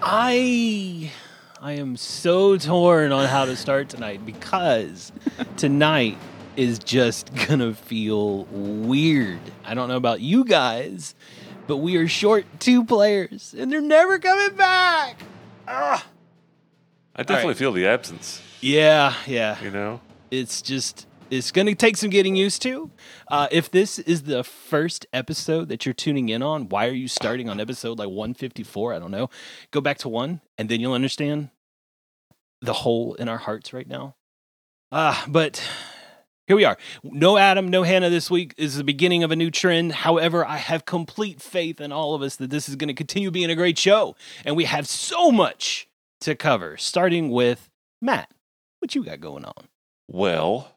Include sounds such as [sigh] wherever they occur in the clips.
I I am so torn on how to start tonight because tonight is just gonna feel weird. I don't know about you guys, but we are short two players and they're never coming back. Ah. I definitely feel the absence, Yeah, yeah. you know? It's just it's gonna take some getting used to. Uh, if this is the first episode that you're tuning in on, why are you starting on episode like 154? I don't know. Go back to one, and then you'll understand the hole in our hearts right now. Ah, but here we are. No Adam, no Hannah this week This is the beginning of a new trend. However, I have complete faith in all of us that this is going to continue being a great show, and we have so much to cover. Starting with Matt, what you got going on? Well,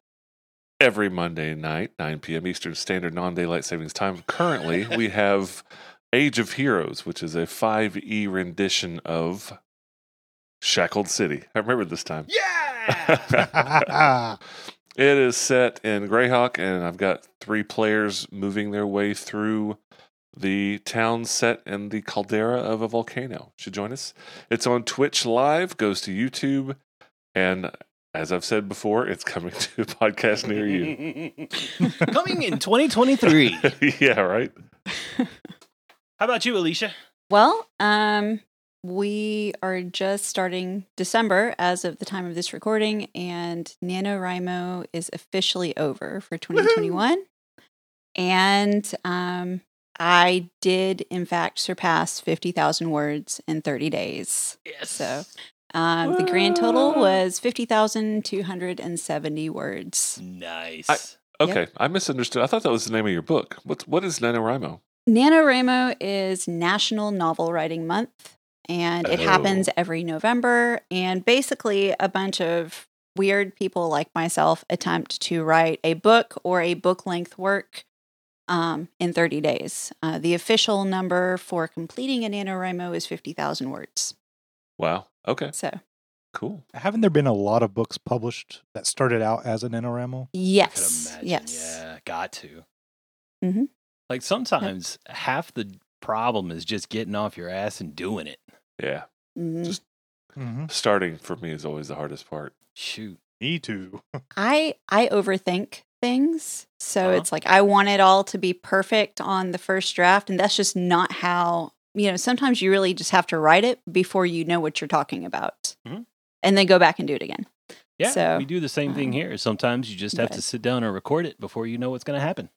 every Monday night, 9 p.m. Eastern Standard Non Daylight Savings Time, currently we have Age of Heroes, which is a 5e rendition of Shackled City. I remember this time. Yeah. [laughs] It is set in Greyhawk, and I've got three players moving their way through the town set in the caldera of a volcano. Should join us. It's on Twitch Live, goes to YouTube, and as I've said before, it's coming [laughs] to a podcast [laughs] [laughs] near you. [laughs] Coming in 2023. How yeah, right? about you, Alicia? Well, um, we are just starting December as of the time of this recording, and NaNoWriMo is officially over for 2021. And um, I did, in fact, surpass 50,000 words in 30 days. Yes. So um, the grand total was 50,270 words. Nice. Okay, I misunderstood. I thought that was the name of your book. What's, what is NaNoWriMo? NaNoWriMo is National Novel Writing Month, and it Oh. happens every November. And basically, a bunch of weird people like myself attempt to write a book or a book length work um, in 30 days. Uh, the official number for completing a NaNoWriMo is 50,000 words. Wow. Okay, So, cool. Haven't there been a lot of books published that started out as an NRMO? Could yes, imagine. yes. Yeah, got to. Mhm. Like sometimes half the problem is just getting off your ass and doing it. Yeah. Mhm. Mm-hmm. Starting for me is always the hardest part. Shoot. Me too. I I overthink things. So Uh-huh. it's like I want it all to be perfect on the first draft and that's just not how, you know, sometimes you really just have to write it before you know what you're talking about. Mhm. And then go back and do it again. Yeah, So, we do the same thing um, here. Sometimes you just have to but- sit down and record it before you know what's going to happen.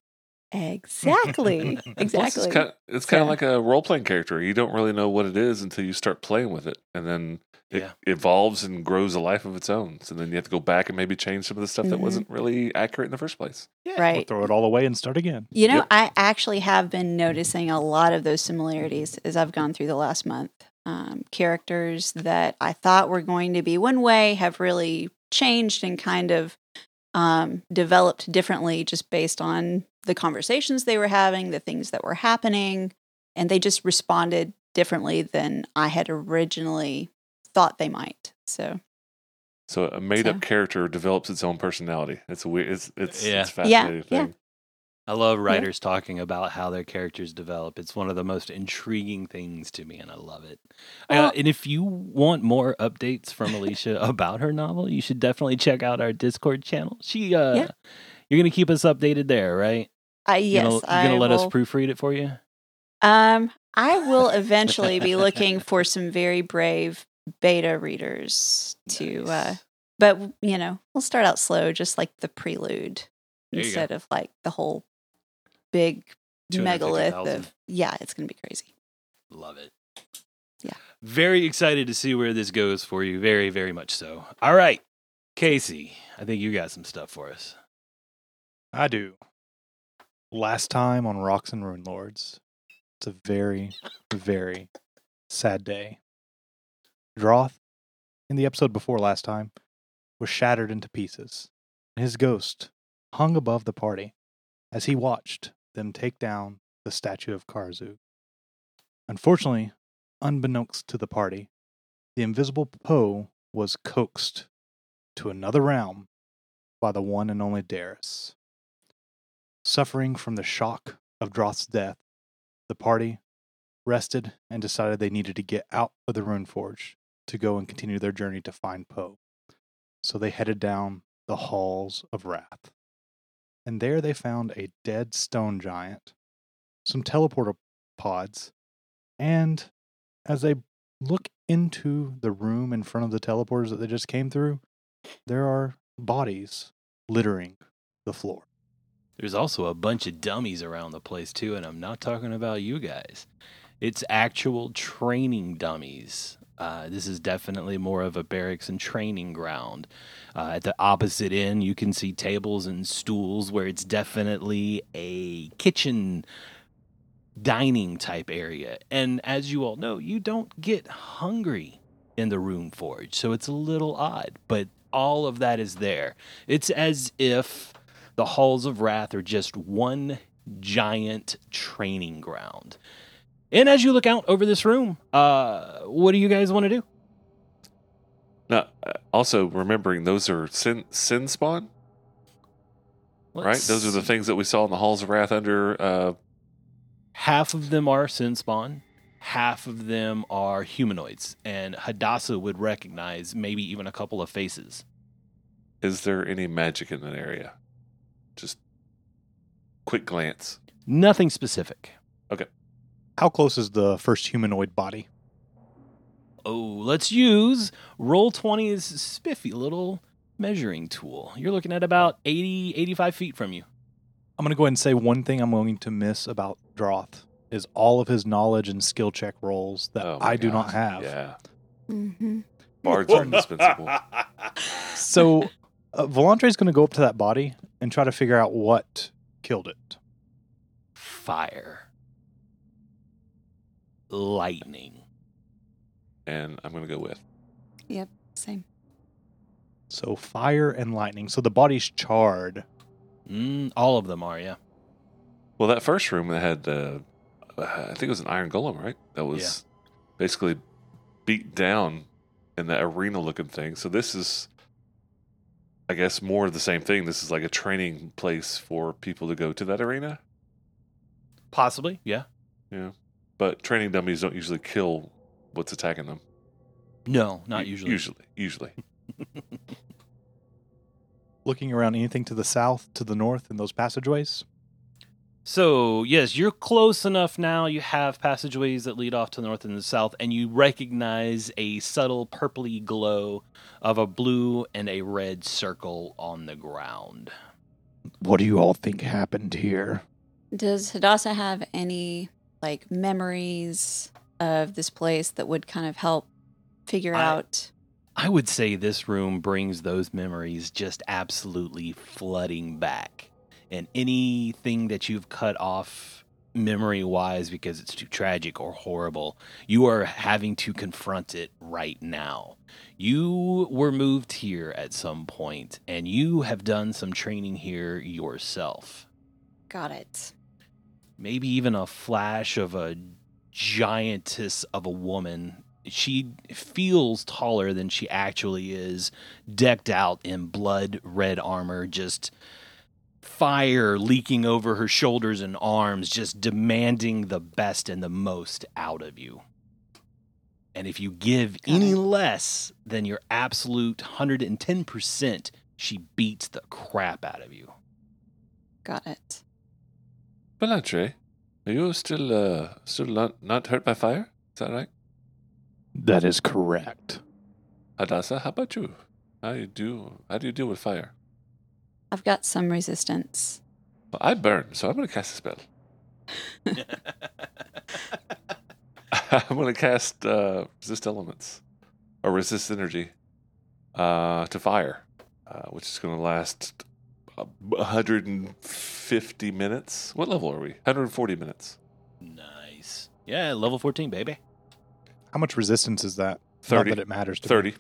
Exactly. Plus, exactly. It's kind of, it's kind of So- like a role playing character. You don't really know what it is until you start playing with it, and then it Yeah. evolves and grows a life of its own. So then you have to go back and maybe change some of the stuff that Mhm. wasn't really accurate in the first place. We'll right. throw it all away and start again. You know, Yep. I actually have been noticing a lot of those similarities as I've gone through the last month. Um, characters that I thought were going to be one way have really changed and kind of um, developed differently just based on the conversations they were having, the things that were happening, and they just responded differently than I had originally thought they might. So, So a made So- up character develops its own personality. It's a weird. It's it's, Yeah. it's a fascinating yeah. thing. I love writers talking about how their characters develop. It's one of the most intriguing things to me, and I love it. uh, Well- and if you want more updates from [laughs] Alicia about her novel, you should definitely check out our Discord channel. She, uh, Yeah. you're gonna keep us updated there, right? I yes, you gonna, you gonna I let us will- proofread it for you. Um, I will [laughs] eventually be looking for some very brave beta readers to, uh, Nice. but you know, we'll start out slow, just like the prelude There you go. instead of like the whole big megalith 250,000. of, yeah, it's going to be crazy. Love it. Yeah. Very excited to see where this goes for you. Very, very much so. All right. Casey, I think you got some stuff for us. I do. Last time on Rocks and Rune Lords. It's a very, very sad day. Droth, in the episode before last time, was shattered into pieces. and His ghost hung above the party as he watched them take down the statue of Karzug. Unfortunately, unbeknownst to the party, the invisible Poe was coaxed to another realm by the one and only Darius. Suffering from the shock of Droth's death, the party rested, and decided they needed to get out of the Rune Forge to go and continue their journey to find Poe. So they headed down the halls of wrath. And there they found a dead stone giant, some teleporter pods, and as they look into the room in front of the teleporters that they just came through, there are bodies littering the floor. There's also a bunch of dummies around the place too, and I'm not talking about you guys. It's actual training dummies. Uh, this is definitely more of a barracks and training ground. Uh, at the opposite end, you can see tables and stools where it's definitely a kitchen dining type area. And as you all know, you don't get hungry in the room forge, so it's a little odd, but all of that is there. It's as if the halls of wrath are just one giant training ground. And as you look out over this room, uh, what do you guys want to do? Now, uh, also remembering those are sin sin spawn, right? Those are the Let's- things that we saw in the halls of wrath under. Uh, half of them are sin spawn, half of them are humanoids, and Hadassah would recognize maybe even a couple of faces. is there any magic in that area? Just quick glance. Nothing specific. How close is the first humanoid body? Oh, let's use roll 20's spiffy little measuring tool. You're looking at about 80, 85 feet from you. I'm going to go ahead and say one thing I'm going to miss about Droth is all of his knowledge and skill check rolls that Oh my I do not gosh. have. Yeah, Mhm. bards are indispensable. So uh, Volantre is going to go up to that body and try to figure out what killed it. Fire. Lightning. and I'm gonna go with Same. So fire and lightning. So the body's charred. Mm, all of them are, yeah. well that first room that had uh, I think it was an iron golem, right? That was basically beat down in that arena looking thing. So this is, I guess, more of the same thing. This is like a training place for people to go to that arena, Possibly, yeah. but training dummies don't usually kill what's attacking them. No, not U- usually. Usually, usually. Looking around, anything to the south, to the north, in those passageways? So, yes, you're close enough now. You have passageways that lead off to the north and the south, and you recognize a subtle purpley glow of a blue and a red circle on the ground. What do you all think happened here? Does Hadassah have any like memories of this place that would kind of help figure I- out? I would say this room brings those memories just absolutely flooding back. And anything that you've cut off memory wise because it's too tragic or horrible, you are having to confront it right now. You were moved here at some point, and you have done some training here yourself Got it. maybe even a flash of a giantess of a woman. She feels taller than she actually is, decked out in blood red armor, just fire leaking over her shoulders and arms, just demanding the best and the most out of you. And if you give Got any it. less than your absolute 110%, she beats the crap out of you. Got it. Belantre, are you still uh, still not, not hurt by fire? Is that right? That is correct. Hadassah, how about you? How you do? How do you deal with fire? I've got some resistance. Well, I burn, so I'm gonna cast a spell. [laughs] I'm gonna cast uh, resist elements or resist energy uh, to fire, uh, which is gonna last uh, 150 minutes. What level are we? 140 minutes. Nice. Yeah, level 14, baby. How much resistance is that? Not 30. that it matters to me.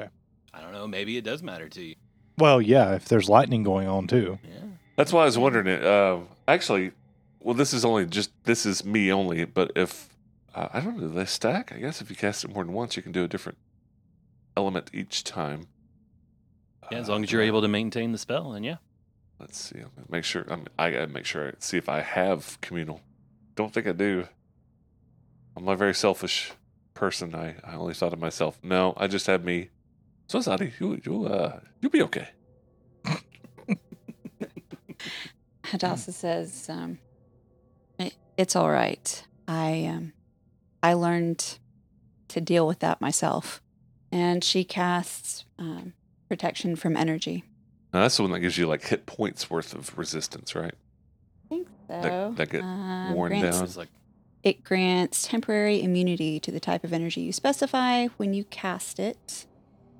30. I don't know. Maybe it does matter to you. Well, yeah, if there's lightning going on too. Yeah. That's why I was wondering it. Uh, actually, well, this is only just this is me only. But if uh, I don't know, do they stack. I guess if you cast it more than once, you can do a different element each time. Yeah, as Uh, long as you're able to maintain the spell, then yeah. Let's see. I'm gonna make sure. I'm, I gotta make sure. I see if I have communal. Don't think I do. I'm a very selfish person. I, I only thought of myself. No, I just had me. So sorry. You you uh you'll be okay. Hadassah says, um, it, "It's all right. I um, I learned to deal with that myself." And she casts um, protection from energy. Now, that's the one that gives you like hit points worth of resistance, right? I think That- so. that get um, worn grants- down. Sounds like It grants temporary immunity to the type of energy you specify when you cast it.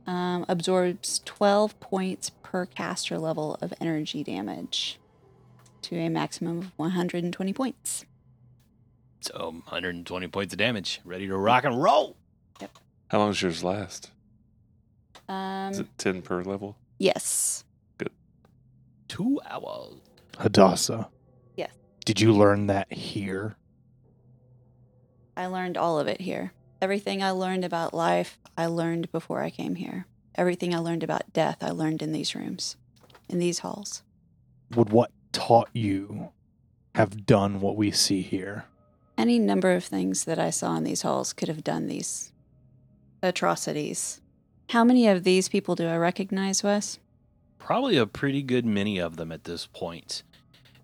Um, absorbs 12 points per caster level of energy damage to a maximum of 120 points. so 120 points of damage. Ready to rock and roll. How long does yours last? Is Um, it ten per level? yes. Two hours. Hadassah. Yes. Did you learn that here? I learned all of it here. Everything I learned about life, I learned before I came here. Everything I learned about death, I learned in these rooms, in these halls. Would what taught you have done what we see here? Any number of things that I saw in these halls could have done these atrocities. How many of these people do I recognize, Wes? probably a pretty good many of them at this point.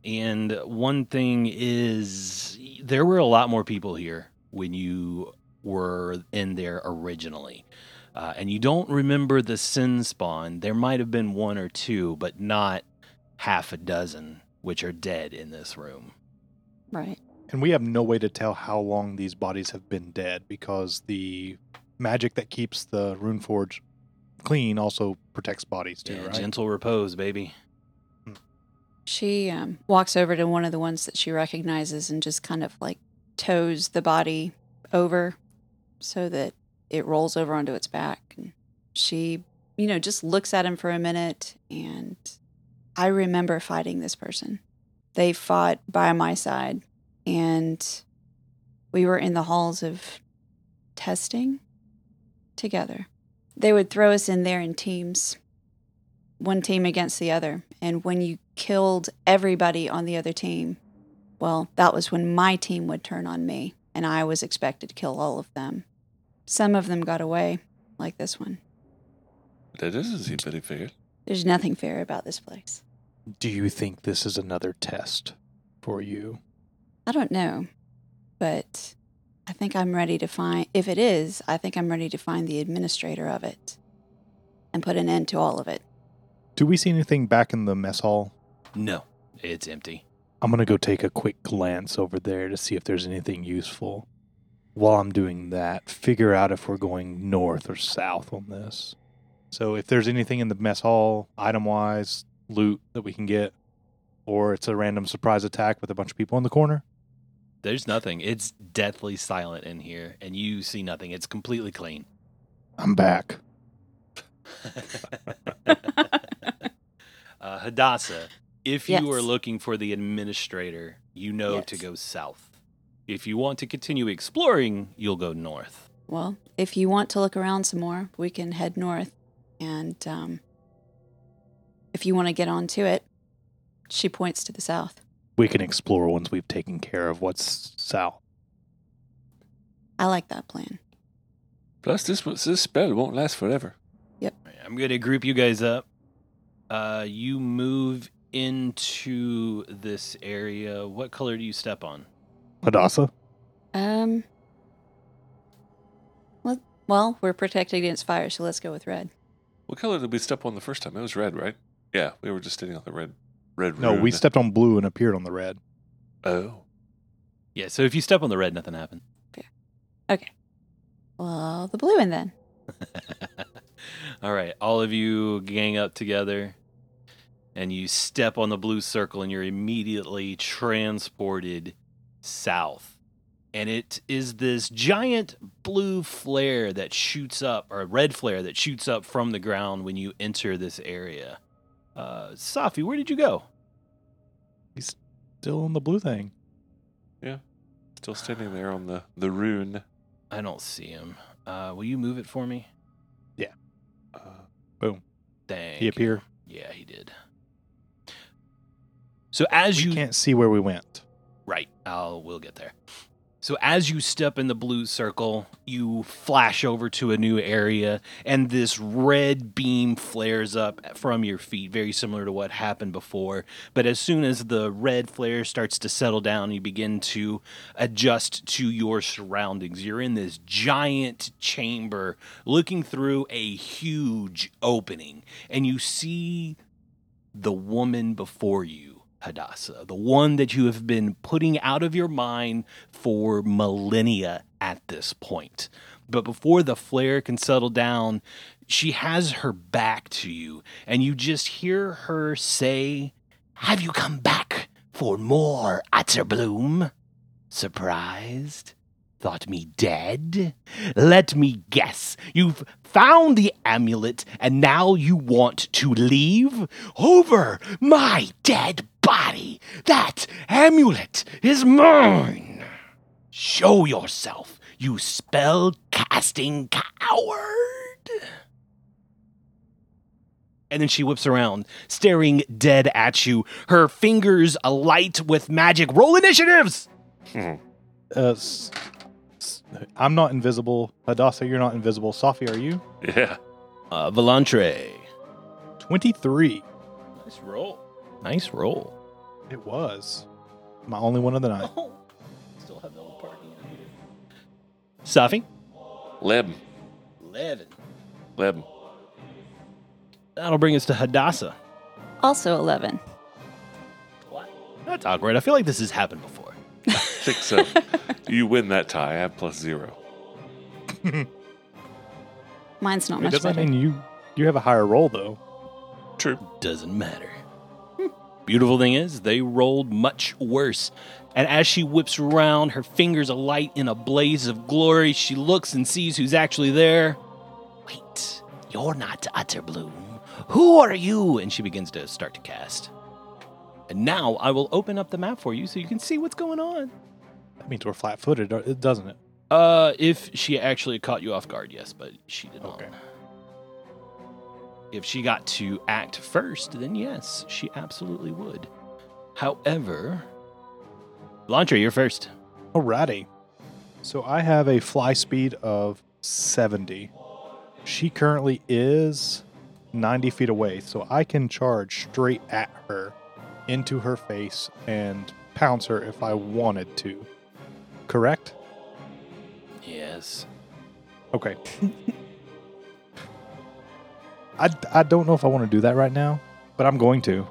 And one thing is, there were a lot more people here when you were in there originally. Uh, and you don't remember the sin spawn. There might have been one or two, but not half a dozen, which are dead in this room. Right. And we have no way to tell how long these bodies have been dead because the magic that keeps the rune forge clean also protects bodies too, Yeah, right? Gentle repose, baby. She um, walks over to one of the ones that she recognizes and just kind of like toes the body over so that it rolls over onto its back. And she, you know, just looks at him for a minute. And I remember fighting this person. They fought by my side, and we were in the halls of testing together. They would throw us in there in teams one team against the other. And when you killed everybody on the other team, well, that was when my team would turn on me, and I was expected to kill all of them. Some of them got away, like this one. That doesn't seem very fair. There's nothing fair about this place. Do you think this is another test for you? I don't know, but I think I'm ready to find, if it is, I think I'm ready to find the administrator of it and put an end to all of it. Do we see anything back in the mess hall? No, it's empty. I'm going to go take a quick glance over there to see if there's anything useful. While I'm doing that, figure out if we're going north or south on this. So, if there's anything in the mess hall, item wise, loot that we can get, or it's a random surprise attack with a bunch of people in the corner, There's nothing. It's deathly silent in here, and you see nothing. It's completely clean. I'm back. uh, Hadassah, if Yes. you are looking for the administrator, you know to Yes. go south. If you want to continue exploring, you'll go north. Well, if you want to look around some more, we can head north. And um, if you want to get onto it, she points to the south. We can explore once we've taken care of what's south. I like that plan. Plus, this one- this spell won't last forever. All right, I'm going to group you guys up. Uh, you move into this area. What color do you step on? Hadassah? Um. Let, well, we're protected against fire, so let's go with red. What color did we step on the first time? It was red, right? Yeah, we were just standing on the red, red. No, [laughs] we rune. stepped on blue and appeared on the red. Oh, Yeah, so if you step on the red, nothing happens. Well, the blue one then. all right, all of you gang up together and you step on the blue circle and you're immediately transported south. And it is this giant blue flare that shoots up, or red flare that shoots up from the ground when you enter this area. Uh, Safi, where did you go? Still on the blue thing. still standing there on the the rune. I don't see him. Uh, will you move it for me? Uh, Thank He you. appeared. Yeah, he did. So as You you can't see where we went. Right. I'll we'll get there. So as you step in the blue circle, you flash over to a new area, and this red beam flares up from your feet, very similar to what happened before. But as soon as the red flare starts to settle down, you begin to adjust to your surroundings. You're in this giant chamber looking through a huge opening, and you see the woman before you, Hadassah, the one that you have been putting out of your mind for millennia at this point. But before the flare can settle down, she has her back to you, and you just hear her say, Have you come back for more, Atterbloom? Surprised? Thought me dead? Let me guess. You've found the amulet and now you want to leave? Over my dead body! That amulet is mine! Show yourself, you spell casting coward! And then she whips around, staring dead at you, her fingers alight with magic. Roll initiatives! Uh, s- s- I'm not invisible. Hadassah, you're not invisible. Safi, are you? Yeah. Uh, Volantre. 23. Nice roll. Nice roll. It was. My only one of the night. Oh, still have the old party. Safi? Leb. 11. Leb. That'll bring us to Hadassah. Also 11. What? That's awkward. I feel like this has happened before. I think so. you win that tie. I have plus zero. Mine's not It much doesn't better. mean you you have a higher roll though. True. Doesn't matter. Beautiful thing is, they rolled much worse. And as she whips around, her fingers alight in a blaze of glory, she looks and sees who's actually there. Wait, you're not Utterbloom. Who are you? And she begins to start to cast. And now I will open up the map for you so you can see what's going on. That means we're flat-footed, uh, doesn't it? Uh, if she actually caught you off guard, yes, but she did Okay. not. If she got to act first, then yes, she absolutely would. However, Lantra, you're first. Alrighty. So I have a fly speed of 70. She currently is 90 feet away, so I can charge straight at her into her face and pounce her if I wanted to. Correct? Yes. Okay. [laughs] I, I don't know if I want to do that right now, but I'm going to.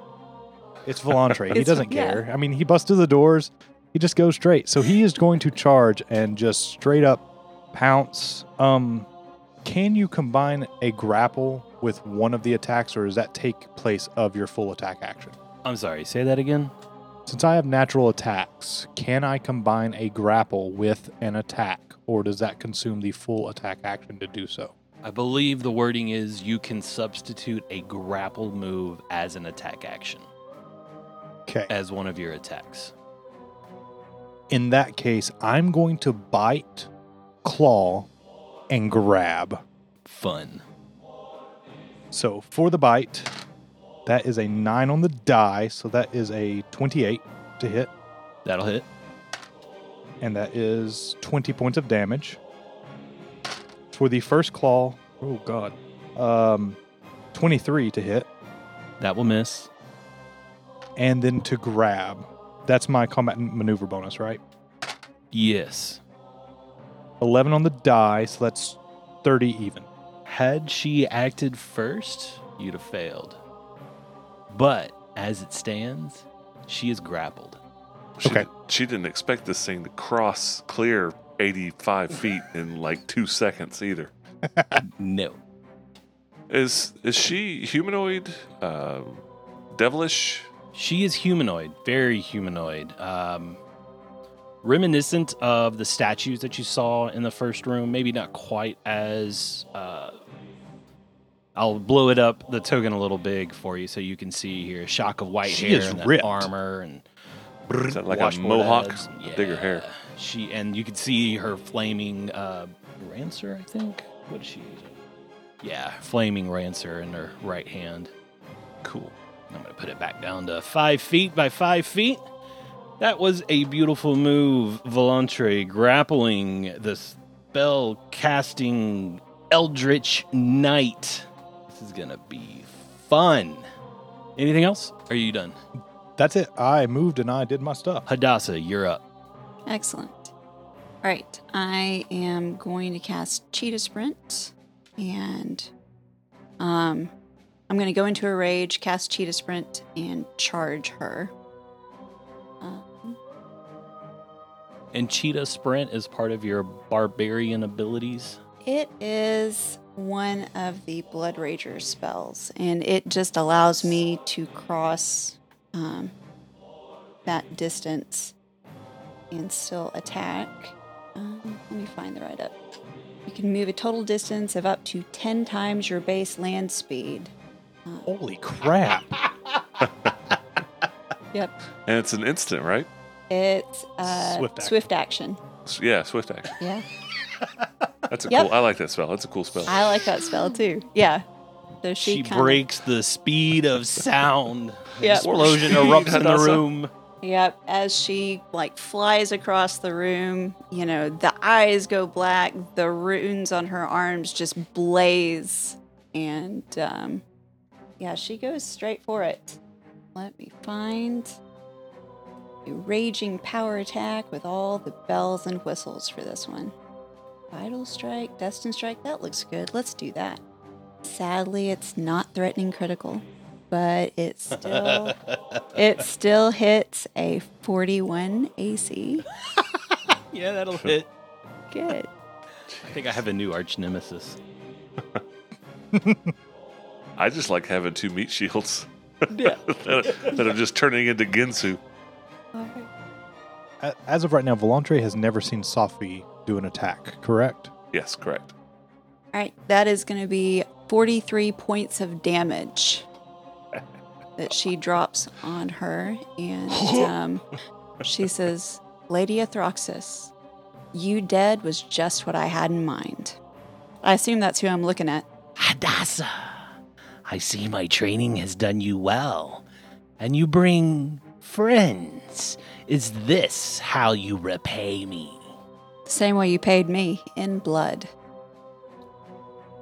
It's Volantre. he It's- doesn't yeah. care. I mean, he busts through the doors. He just goes straight. So he is going to charge and just straight up pounce. Um, can you combine a grapple with one of the attacks, or does that take place of your full attack action? I'm sorry, say that again? Since I have natural attacks, can I combine a grapple with an attack, or does that consume the full attack action to do so? I believe the wording is you can substitute a grapple move as an attack action, Okay. as one of your attacks. In that case, I'm going to bite, claw, and grab. Fun. So for the bite, that is a nine on the die. So that is a 28 to hit, That'll hit. and that is 20 points of damage. For the first claw, oh god, um, 23 to hit, That will miss. and then to grab. That's my combat and maneuver bonus, right? Yes. 11 on the die, so that's 30 even. Had she acted first, you'd have failed. But as it stands, she is grappled. She, Okay. She didn't expect this thing to cross clear 85 feet in like two seconds either. No. Is is she humanoid? Um, devilish? She is humanoid, very humanoid. Um, reminiscent of the statues that you saw in the first room, maybe not quite as. Uh, I'll blow it up the token a little big for you so you can see here. A shock of white She hair is and that ripped. armor and Is that like a washboard mohawk? abs. Bigger hair. Yeah. She and you can see her flaming uh, rancer, I think. What is she using? Yeah, flaming rancer in her right hand. Cool. I'm gonna put it back down to five feet by five feet. That was a beautiful move, Volantre, grappling the spell casting Eldritch Knight. This is gonna be fun. Anything else? Are you done? That's it. I moved and I did my stuff. Hadassah, you're up. Excellent. All right, I am going to cast Cheetah Sprint, and um, I'm going to go into a rage, cast Cheetah Sprint, and charge her. Um, And Cheetah Sprint is part of your barbarian abilities. it is one of the Blood Rager spells, and it just allows me to cross um, that distance and still attack. Um, let me find the right up. You can move a total distance of up to 10 times your base land speed. Holy crap. Yep. And it's an instant, right? It's uh, Swift swift, action. action. S- Yeah, swift [laughs] action. Yeah. That's a Yep. cool. I like that spell. That's a cool spell. I like that spell too. Yeah. So she, She kinda- breaks the speed of [laughs] sound. Yep. Explosion Speed, erupts in the Hadassah. room. Yep. As she like flies across the room, you know, the eyes go black, the runes on her arms just blaze. And um, yeah, she goes straight for it. Let me find a raging power attack with all the bells and whistles for this one. Vital strike, destined strike, that looks good. Let's do that. Sadly, it's not threatening critical, but it's still it still hits a 41 AC. Yeah, that'll hit. Good. I think I have a new arch nemesis. I just like having two meat shields Yeah. that, [laughs] that are just turning into Ginsu. A- As of right now, Volantre has never seen Sophie do an attack, correct? Yes, correct. All right, that is going to be 43 points of damage that she drops on her. And um, she says, Lady Athroxis, you dead was just what I had in mind. I assume that's who I'm looking at. Hadassah, I see my training has done you well, and you bring friends. Is this how you repay me? The same way you paid me in blood.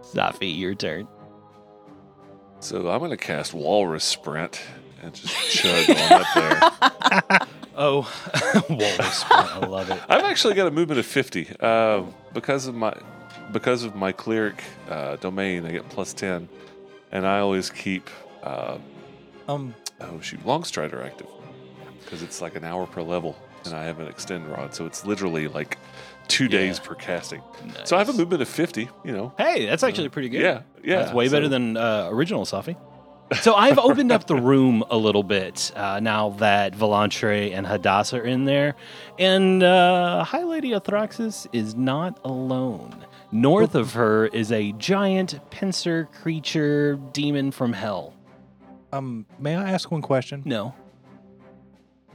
Safi, your turn. So I'm going to cast Walrus Sprint and just chug on up there. [laughs] Oh, Walrus, I love it. I've actually got a movement of 50 um, because of my because of my cleric uh, domain. I get plus 10, and I always keep uh, Um, oh shoot long strider active because it's like an hour per level, and I have an extend rod, so it's literally like two days per casting. So I have a movement of 50. You know, Hey, that's actually pretty good. yeah, yeah, That's way so- better than uh, original Safi. So I've opened up the room a little bit uh, now that Volantre and Hadassah are in there. And uh, High Lady Athraxis is not alone. North of her is a giant pincer creature demon from hell. um, may I ask one question? No.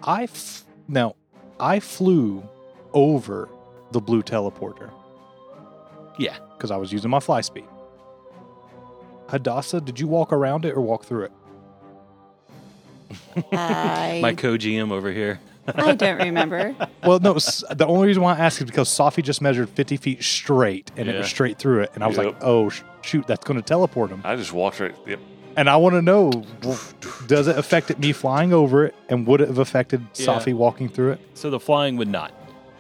I f- now I flew over the blue teleporter. Yeah. because I was using my fly speed. Hadassah, did you walk around it or walk through it? I, My co GM over here. I don't remember. Well, no. s- [laughs] the only reason why I asked is because Sophie just measured 50 feet straight, and it Yeah. was straight through it, and I was Yep. like, "Oh sh- shoot, that's going to teleport him." I just walked right. Yep. And I want to know, does it affect me flying over it, and would it have affected Yeah. Sophie walking through it? So the flying would not.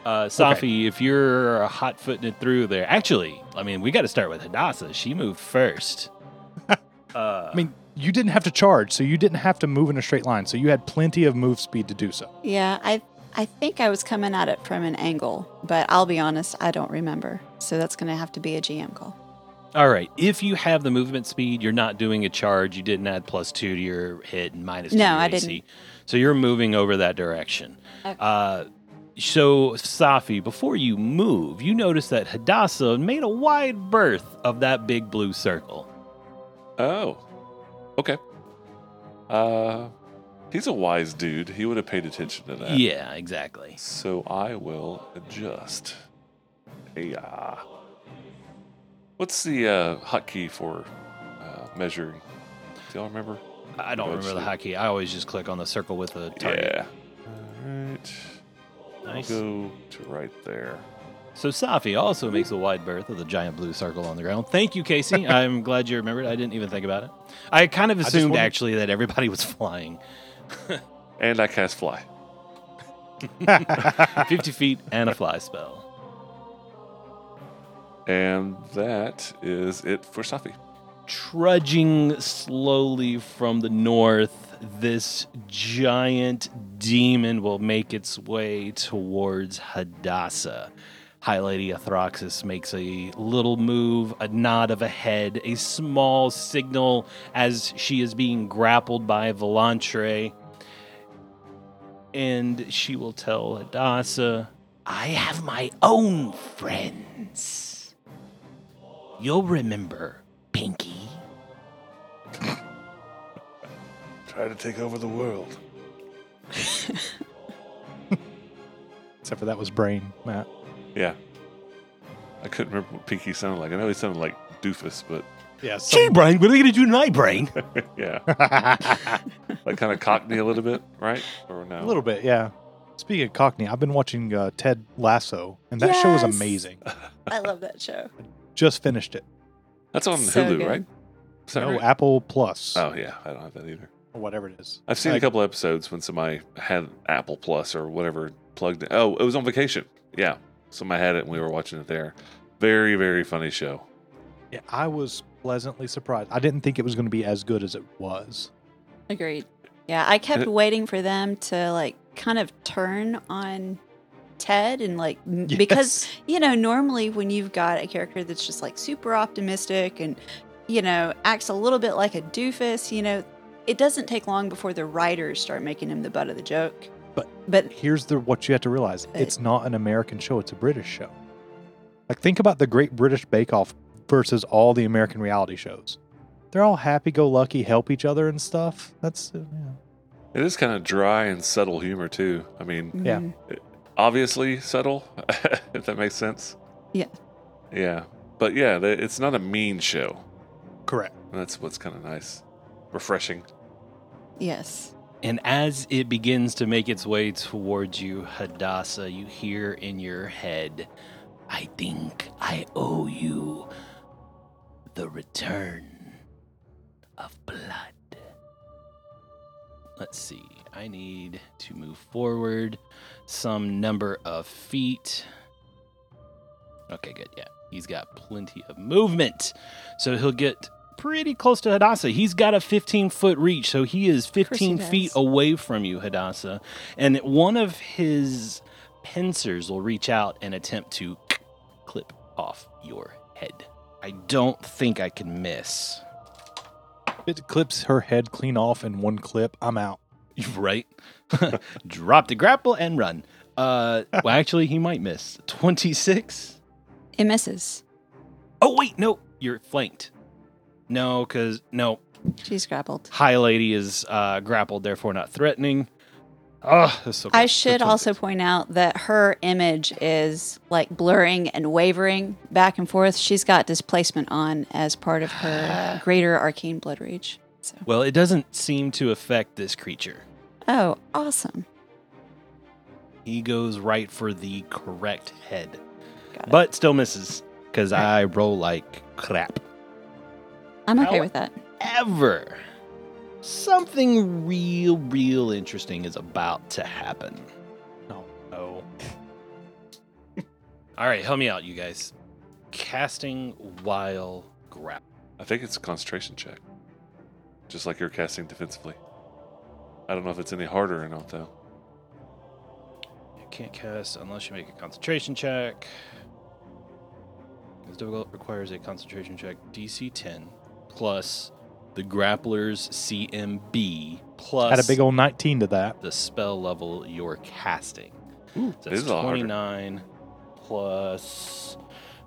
Uh, Safi, if you're hot footing it through there, actually, I mean, we got to start with Hadassah. She moved first. uh, I mean, you didn't have to charge, so you didn't have to move in a straight line, so you had plenty of move speed to do so. Yeah, I I think I was coming at it from an angle, but I'll be honest, I don't remember. So that's going to have to be a [laughs] GM call. All right. If you have the movement speed, you're not doing a charge. You didn't add plus two to your hit and minus two No, to your I AC. didn't. So you're moving over that direction. Okay. Uh, so, Safi, before you move, you notice that Hadassah made a wide berth of that big blue circle. Oh, okay. Uh, he's a wise dude. He would have paid attention to that. Yeah, exactly. So I will adjust. Yeah. What's the uh, hotkey for uh, measuring? Do y'all remember? I don't Let's remember the see. hotkey. I always just click on the circle with the target. Yeah. right. Nice. I'll go to right there. So Safi also makes a wide berth with a giant blue circle on the ground. Thank you, Casey. I'm glad you remembered. I didn't even think about it. I kind of just assumed wondered- actually that everybody was flying And I cast fly. 50 feet and a fly spell. And that is it for Safi. Trudging slowly from the north, this giant demon will make its way towards Hadassah. High Lady Athraxis makes a little move, a nod of a head, a small signal as she is being grappled by Volantre. And she will tell Hadassah, I have my own friends. You'll remember, Pinky. Try to take over the world. Except for that was brain, Matt. Yeah. I couldn't remember what Pinky sounded like. I know he sounded like Doofus, but Yes. Gee, Brain, what are they going to do tonight, Brain? yeah. [laughs] a Like kind of cockney a little bit, right? Or no? little bit, yeah. Speaking of Cockney, I've been watching uh, Ted Lasso, and that show is Yes. amazing. I love that show. Just finished it. That's on So Hulu, good. right? Is that No, right? Apple Plus Oh, yeah. I don't have that either. or whatever it is. I've seen a Like, couple episodes when somebody had Apple Plus or whatever plugged in. Oh, it was on vacation. Yeah. Somebody had it and we were watching it there. Very, very funny show. yeah, I was pleasantly surprised. I didn't think it was going to be as good as it was. Agreed. Yeah, I kept it- waiting for them to like kind of turn on Ted and like m because Yes. you know normally when you've got a character that's just like super optimistic and you know acts a little bit like a doofus, you know, it doesn't take long before the writers start making him the butt of the joke. But- but here's the what you have to realize: Right. it's not an American show; it's a British show. Like think about the Great British Bake Off versus all the American reality shows. They're all happy-go-lucky, help each other and stuff. That's uh, yeah. It is kind of dry and subtle humor, too. I mean, Yeah. mm, obviously subtle, [laughs] if that makes sense. Yeah. Yeah. But yeah, they- it's not a mean show. correct. And that's what's kind of nice. Refreshing. yes, [laughs] And as it begins to make its way towards you, Hadassah, you hear in your head, I think I owe you the return of blood. Let's see. I need to move forward some number of feet. Okay, good. Yeah. He's got plenty of movement. So he'll get pretty close to Hadassah. He's got a 15 foot reach. So he is course 15 he feet does. away from you, Hadassah. And one of his pincers will reach out and attempt to clip off your head. I don't think I can miss. It clips her head clean off in one clip. I'm out. [laughs] Right? Drop the grapple and run. Uh, well, actually, he might miss. 26? it misses. Oh, wait, no. You're flanked. No, because, no. She's grappled. High Lady is uh, grappled, therefore not threatening. Oh, that's so I close. should That's also point out that her image is like blurring and wavering back and forth. She's got displacement on as part of her [sighs] uh, greater arcane blood rage. So, Well, it doesn't seem to affect this creature. oh, awesome! He goes right for the correct head, Got it. but still misses because I roll like crap. I'm okay Ow. with that. Ever. Something real, real interesting is about to happen. No. Oh. All right, help me out, you guys. Casting while grapple. I think it's a concentration check, just like you're casting defensively. I don't know if it's any harder or not, though. You can't cast unless you make a concentration check. This difficult requires a concentration check DC 10 plus the grappler's CMB plus Add a big old 19 to that. the spell level you're casting. so this that's is a lot harder. 29 plus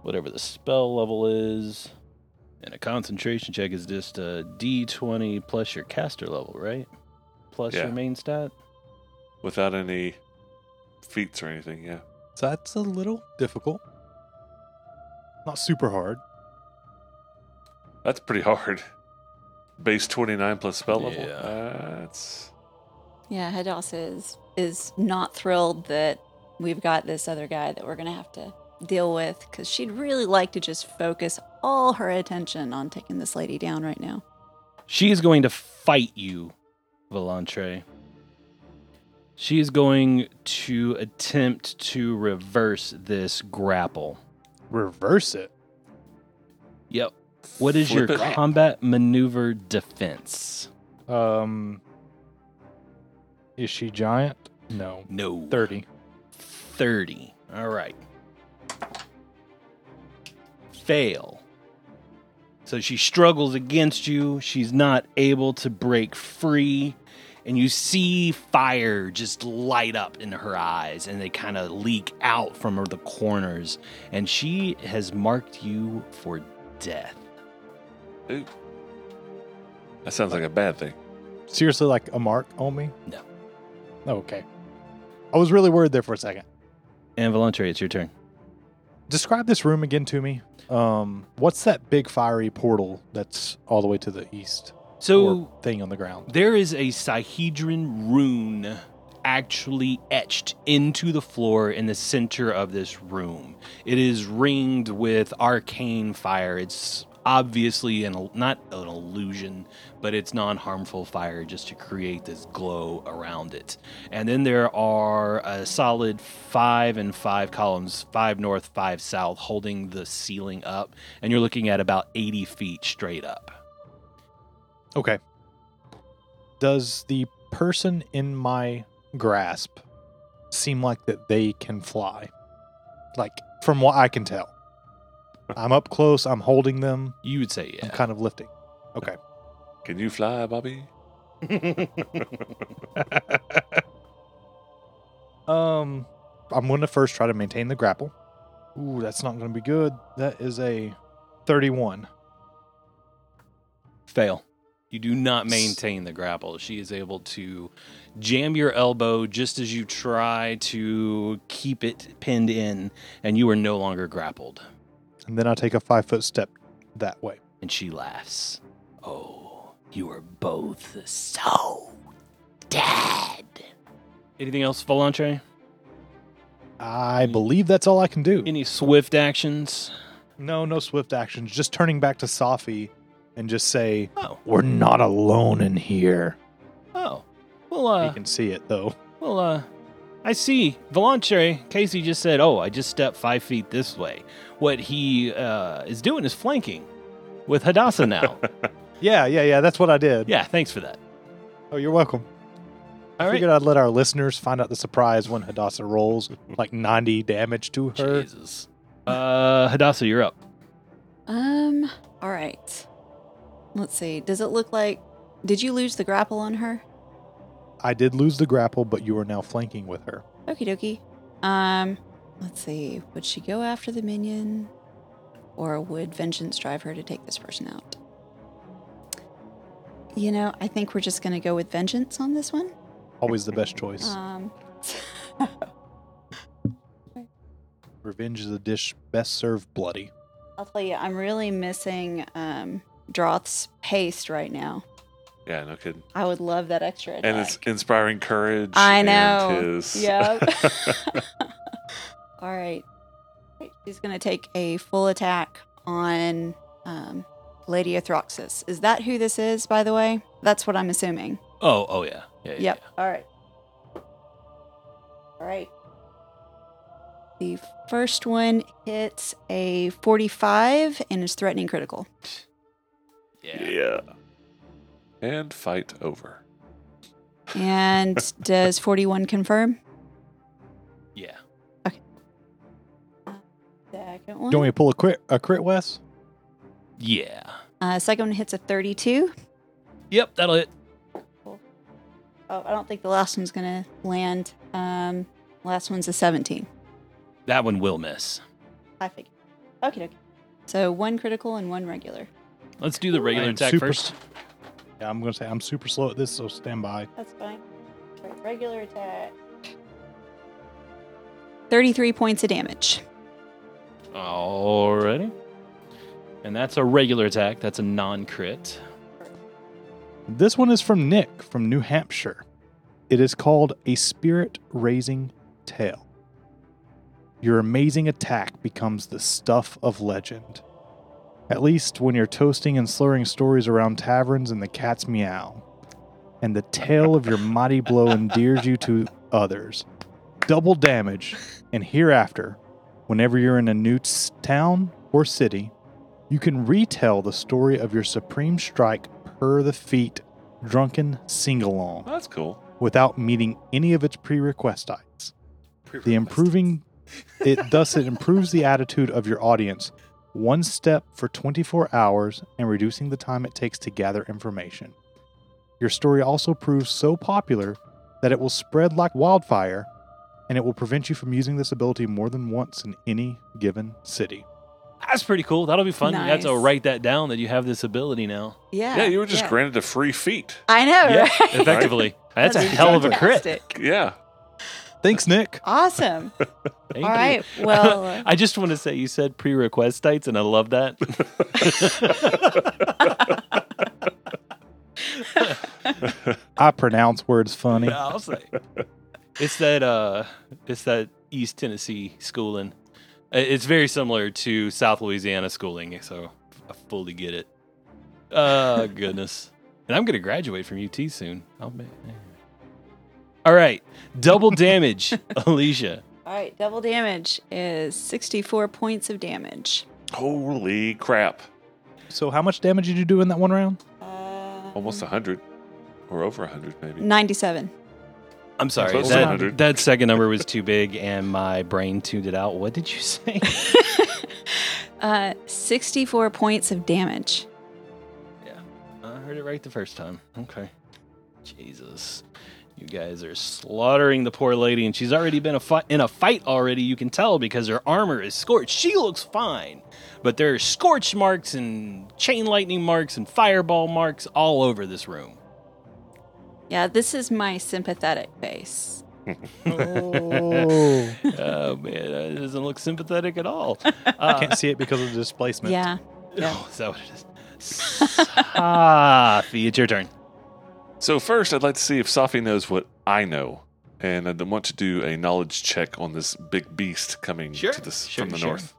whatever the spell level is. And a concentration check is just a D20 plus your caster level, right? Plus Yeah. your main stat? Without any feats or anything, yeah. So that's a little difficult. Not super hard. That's pretty hard. Base 29 plus spell level. Yeah. That's Yeah, Hadassah is is not thrilled that we've got this other guy that we're gonna have to deal with because she'd really like to just focus all her attention on taking this lady down right now. She is going to fight you, Volantre. She is going to attempt to reverse this grapple. Reverse it. Yep. What is Flip your it. combat maneuver defense? Um, is she giant? No. No. 30. 30. All right. Fail. So she struggles against you. She's not able to break free. And you see fire just light up in her eyes and they kind of leak out from her the corners. And she has marked you for death. Ooh. That sounds like a bad thing. Seriously, like a mark on me? No. Okay. I was really worried there for a second. And Volunteer, it's your turn. Describe this room again to me. Um, what's that big fiery portal that's all the way to the east So or thing on the ground? There is a Sihedron rune actually etched into the floor in the center of this room. It is ringed with arcane fire. It's obviously an not an illusion, but it's non-harmful fire just to create this glow around it. And then there are a solid 5 and 5 columns, 5 north, 5 south holding the ceiling up, and you're looking at about 80 feet straight up. Okay. Does the person in my grasp seem like that they can fly? Like from what I [laughs] can tell. I'm up close, I'm holding them, You would say I'm kind of lifting. Okay. Can you fly, Bobby? yeah. Um, I'm going to first try to maintain the grapple. Ooh, that's not going to be good. That is a 31. Fail. You do not maintain the grapple. She is able to jam your elbow just as you try to keep it pinned in, and you are no longer grappled. And then I take a five foot step that way. And she laughs. Oh, you are both so dead. Anything else, Volantre? I believe that's all I can do. Any swift actions? No, no swift actions. Just turning back to Safi and just say, Oh, We're not alone in here. oh. Well, uh, he can see it though. Well, uh, I see. Volantre, Casey just said, oh, I just stepped five feet this way. What he uh, is doing is flanking with Hadassah [laughs] now. Yeah, yeah, yeah. That's what I did. yeah, thanks for that. Oh, you're welcome. All I right. figured I'd let our listeners find out the surprise when Hadassah rolls like 90 damage to her. Jesus. Uh, Hadassah, you're up. Um, all right. Let's see. Does it look like did you lose the grapple on her? I did lose the grapple, but you are now flanking with her. Okie dokie. Um, let's see. Would she go after the minion, or would vengeance drive her to take this person out? You know, I think we're just gonna go with vengeance on this one. Always the best choice. Um, Revenge is a dish best served bloody. I'll tell you, I'm really missing um Droth's paste right now. Yeah, no kidding. I would love that extra. Attack. And it's inspiring courage. I know. And his... [laughs] Yep. All right. She's going to take a full attack on um, Lady Athroxis. Is that who this is, by the way? That's what I'm assuming. Oh, oh, yeah. yeah, yeah Yep. All right. All right. The first one hits a 45 and is threatening critical. Yeah. yeah. yeah. And fight over. And [laughs] does 41 confirm? Yeah. Second Do you want one. me to pull a crit, a crit Wes? Yeah. Uh, second one hits a 32. Yep, that'll hit. Oh, I don't think the last one's gonna land. Um, last one's a 17. That one will miss. I figure. Okay, okay. So one critical and one regular. Let's do the regular I am attack super- first. Yeah, I'm going to say I'm super slow at this, so stand by. That's fine. Regular attack. 33 points of damage. Alrighty. And that's a regular attack. That's a non crit. This one is from Nick from New Hampshire. It is called a spirit raising tale. Your amazing attack becomes the stuff of legend. At least when you're toasting and slurring stories around taverns and the cat's meow. And the tale of your mighty blow endears you to others. Double damage, and hereafter, whenever you're in a new s- town or city, you can retell the story of your supreme strike per the feat drunken sing-along That's cool. without meeting any of its pre-request items. The improving it thus it improves the attitude of your audience one step for 24 hours and reducing the time it takes to gather information. Your story also proves so popular that it will spread like wildfire and it will prevent you from using this ability more than once in any given city. That's pretty cool. That'll be fun. You have to Nice. write that down that you have this ability now. Yeah. Yeah, you were just granted a free feat. I [laughs] know, Yeah, right? [laughs] effectively. [laughs] That's, a That'd be hell of a crit. Fantastic. Yeah. Thanks Nick. Awesome. Thank All you. right. Well, [laughs] I just want to say you said pre-request dates, and I love that. I pronounce words funny. Yeah, [laughs] I'll say it's that uh, it's that East Tennessee schooling. I- It's very similar to South Louisiana schooling, so I fully get it. [laughs] Oh goodness! And I'm gonna graduate from UT soon. I'll be. All right, double [laughs] damage, Alicia. all right. Double damage is 64 points of damage. Holy crap. So how much damage did you do in that one round? Uh, Almost a 100 or over a 100, maybe. 97. I'm sorry. Close to That, 100. that second number was too big, and my brain tuned it out. What did you [laughs] say? Uh, 64 points of damage. I heard it right the first time. Okay. Jesus. You guys are slaughtering the poor lady, and she's already been a fi- in a fight already. You can tell because her armor is scorched. She looks fine, but there are scorch marks and chain lightning marks and fireball marks all over this room. Yeah, this is my sympathetic face. Oh. oh man, that doesn't look sympathetic at all. [laughs] [laughs] I can't see it because of the displacement. Yeah. Oh, is that what it is? [laughs] Safi, it's your turn. So, first, I'd like to see if Safi knows what I know. And I want to do a knowledge check on this big beast coming to this from the north.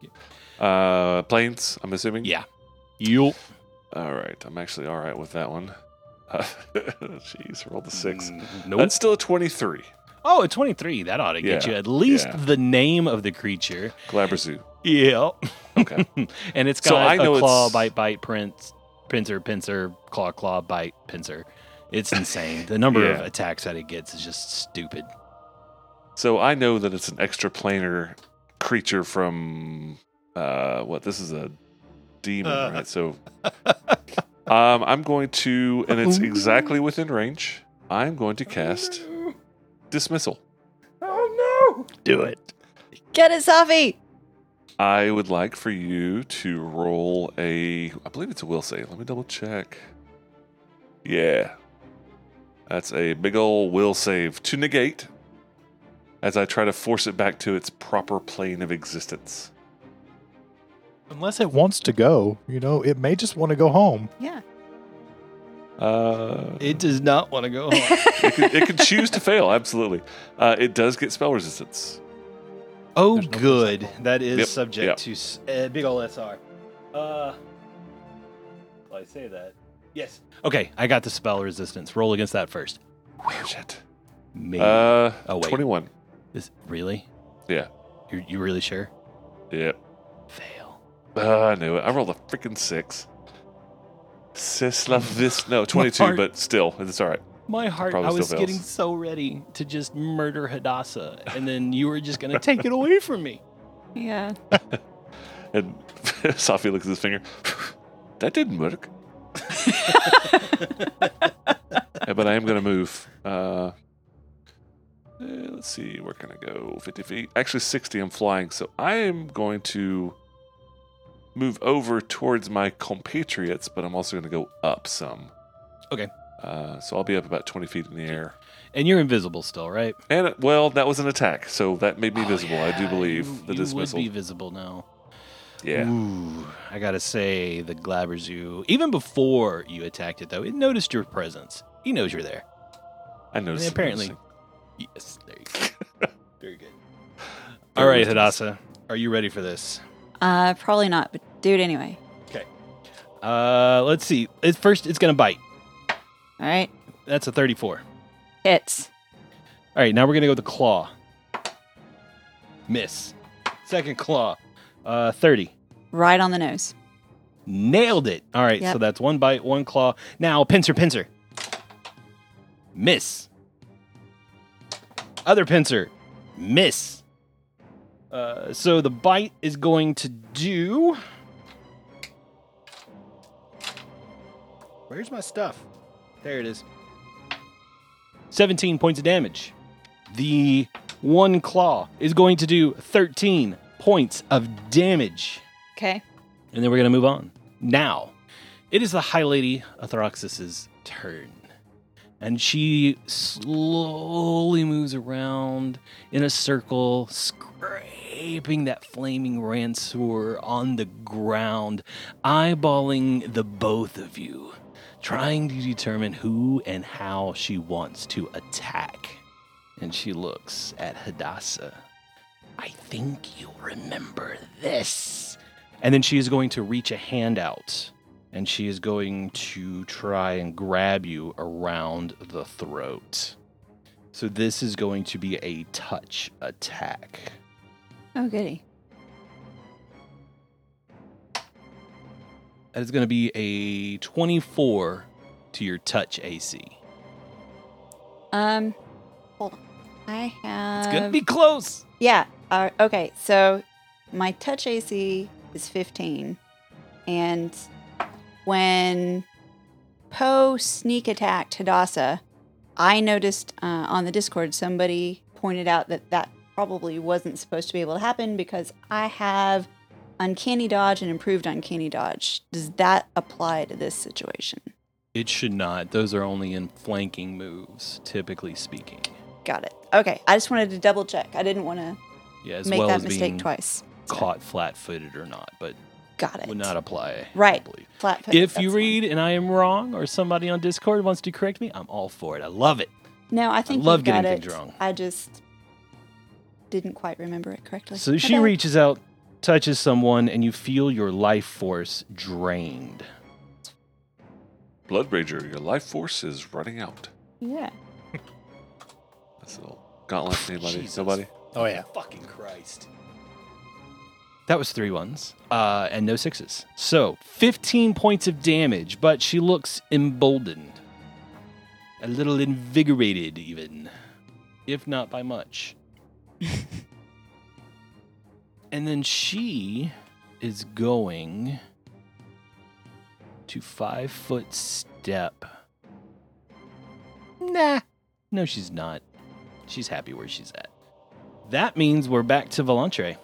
Uh, plains, I'm assuming? Yeah. You. All right. I'm actually all right with that one. [laughs] Uh, Jeez, rolled the six. Mm, Nope. That's still a 23. Oh, at 23, that ought to get Yeah, you at least yeah. the name of the creature. [laughs] Glabrazoo. Yeah. Okay. and it's got So I a know claw, it's- bite, bite, print, pincer, pincer, claw, claw, bite, pincer. It's insane. the number of Yeah. attacks that it gets is just stupid. so I know that it's an extraplanar creature from uh, what? This is a demon, Uh. right? So um, I'm going to, and it's exactly within range. I'm going to cast dismissal. Oh, no. Do it. Get it, Safi. I would like for you to roll a. I believe it's a will save. Let me double check. Yeah. That's a big ol' will save to negate as I try to force it back to its proper plane of existence. Unless it wants to go, you know, it may just want to go home. Yeah. Uh, It does not want to go home. it, could, it could choose to fail, absolutely. Uh, it does get spell resistance. oh, There's no good. percentile. That is Yep, subject yep. to s- uh, big ol' SR. Uh, will I say that? Yes. Okay, I got the spell resistance. Roll against that first. Shit. Maybe. Uh, Oh, wait. 21. Is really? Yeah. You you really sure? Yep. Fail. Uh, I knew it. I rolled a freaking six. Sisla this. No, 22, heart- but still, it's all right. My heart. Probably I was still getting fails. so ready to just murder Hadassah, and then you were just [laughs] gonna take it away from me. Yeah. And [laughs] Safi looks at his finger. [laughs] that [laughs] didn't work. Yeah, but I am going to move. Uh, eh, let's see. Where can I go? 50 feet. Actually, 60. I'm flying. So I am going to move over towards my compatriots, but I'm also going to go up some. Okay. Uh, so I'll be up about 20 feet in the air. And you're invisible still, right? And, uh, well, that was an attack. So that made me Oh, visible. I do yeah, believe you, the you dismissal. would be visible now. yeah. Ooh, I gotta say, the Glabberzoo. Even before you attacked it, though, it noticed your presence. He knows you're there. I And noticed. it. apparently, Yes, there you go. [laughs] Very good. All right, Hadassah, are you ready for this? Uh, probably not, but do it anyway. Uh, let's see. It, first, it's gonna bite. All right, That's a 34. All hits. right, now we're gonna go with the claw. Miss. Second claw. Uh, 30. Right on the nose. Nailed it. All right, so Yep. that's one bite, one claw. Now, pincer, pincer. Miss. Other pincer. Miss. Uh, so the bite is going to do. Where's my stuff? There it is. 17 points of damage. The one claw is going to do 13 points of damage. Okay. And then we're going to move on. Now, it is the High Lady Athroxis' turn. And she slowly moves around in a circle, scraping that flaming rancor on the ground, eyeballing the both of you, trying to determine who and how she wants to attack. And she looks at Hadassah. I think you remember this. And then she is going to reach a hand out and she is going to try and grab you around the throat. So this is going to be a touch attack. Oh goody. That is going to be a 24 to your touch AC. Um, hold on. I have. It's going to be close. Yeah. Uh, okay. So my touch AC is 15. And when Poe sneak attacked Hadassah, I noticed uh, on the Discord somebody pointed out that that probably wasn't supposed to be able to happen because I have uncanny dodge and improved uncanny dodge. Does that apply to this situation? It should not. Those are only in flanking moves, typically speaking. Got it. Okay. I just wanted to double check. I didn't want to Yeah, as make well that as mistake being twice. caught flat-footed or not, but Got it. would not apply. I Right. believe. Flat foot, If that's you fine. read and I am wrong, or somebody on Discord wants to correct me, I'm all for it. I love it. No, I think love you've got getting it. things wrong. I just didn't quite remember it correctly. So My she bad. reaches out, touches someone, and you feel your life force drained. Blood Rager, your life force is running out. Yeah. That's a little gauntlet. Anybody? Jesus. Nobody? Oh yeah. Fucking Christ. That was three ones uh, and no sixes. So 15 points of damage, but she looks emboldened. A little invigorated, even, if not by [laughs] much. and then she is going to five foot step. Nah. No, she's not. She's happy where she's at. That means we're back to Volantre.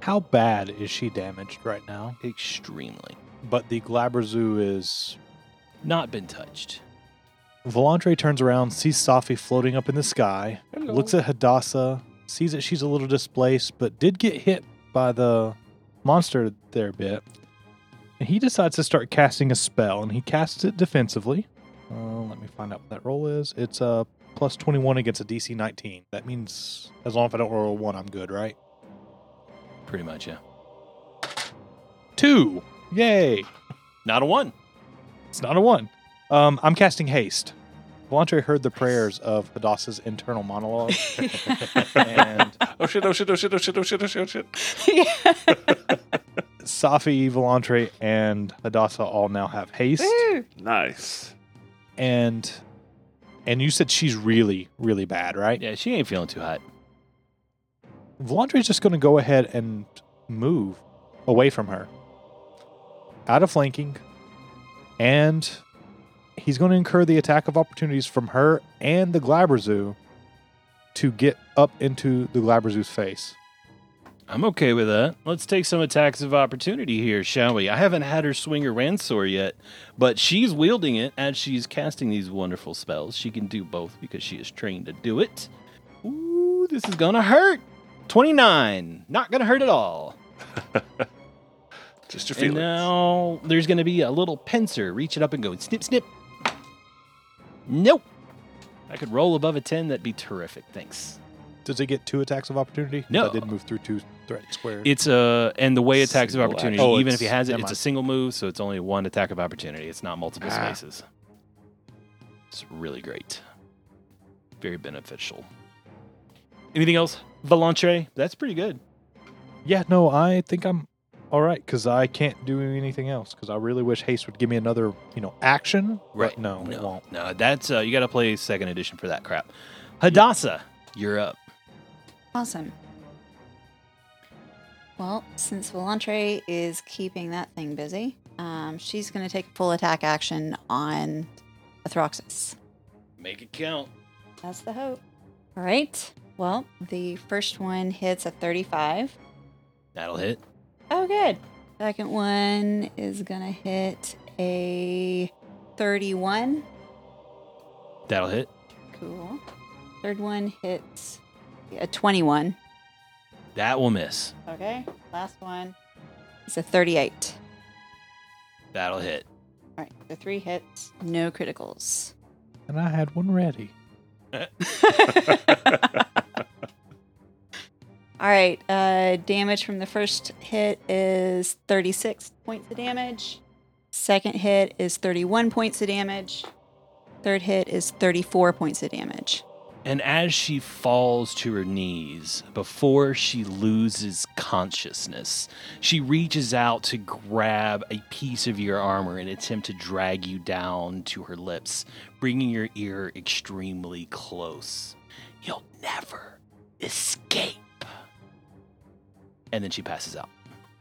How bad is she damaged right now? Extremely. But the Glabrazoo is. Not been touched. Volantre turns around, sees Safi floating up in the sky, looks at Hadassah, sees that she's a little displaced, but did get hit by the monster there a bit. And he decides to start casting a spell, and he casts it defensively. Uh, let me find out what that roll is. It's a plus 21 against a DC 19. That means as long as I don't roll a 1, I'm good, right? Pretty much, yeah. Two! Yay! Not a one. It's not a one. Um, I'm casting haste. Volantre heard the prayers of Hadassah's internal monologue, and Oh shit! Oh shit! Oh shit! Oh shit! Oh shit! Oh shit! Oh shit! Safi, Volantre, and Hadassah all now have haste. Woo! Nice. And and you said she's really, really bad, right? Yeah, she ain't feeling too hot. Volantre's just going to go ahead and move away from her, out of flanking, and he's going to incur the attack of opportunities from her and the Glabrazoo to get up into the Glabrazoo's face. I'm okay with that. Let's take some attacks of opportunity here, shall we? I haven't had her swing her ransor yet, but she's wielding it as she's casting these wonderful spells. She can do both because she is trained to do it. Ooh, this is gonna hurt. 29. Not gonna hurt at all. Just your And feelings. now there's going to be a little pincer reaching up and going snip, snip. Nope. If I could roll above a 10, that'd be terrific. Thanks. Does it get two attacks of opportunity? 'Cause No. I did move through two threat squares. It's a, and the way attacks of Single opportunity, action. Oh, even if he it's- has it, never it's a mind. single move, so it's only one attack of opportunity. It's not multiple Ah. spaces. It's really great. Very beneficial. Anything else? Valanche? That's pretty good. yeah, no, I think I'm all right because I can't do anything else because I really wish haste would give me another, you know, action. but no, it won't. No, that's, uh, you got to play second edition for that crap. Hadassah, you're up. Awesome. Well, since Volantre is keeping that thing busy, um, she's going to take full attack action on Athroxis. Make it count. That's the hope. All right. Well, the first one hits a 35. That'll hit. Oh, good. Second one is going to hit a 31. That'll hit. Cool. Third one hits a 21. That will miss. Okay. Last one is a 38. That'll hit. All right, the three hits, no criticals. And I had one ready. All right, uh, damage from the first hit is 36 points of damage. Second hit is 31 points of damage. Third hit is 34 points of damage. And as she falls to her knees, before she loses consciousness, she reaches out to grab a piece of your armor and attempt to drag you down to her lips, bringing your ear extremely close. You'll never escape. And then she passes out.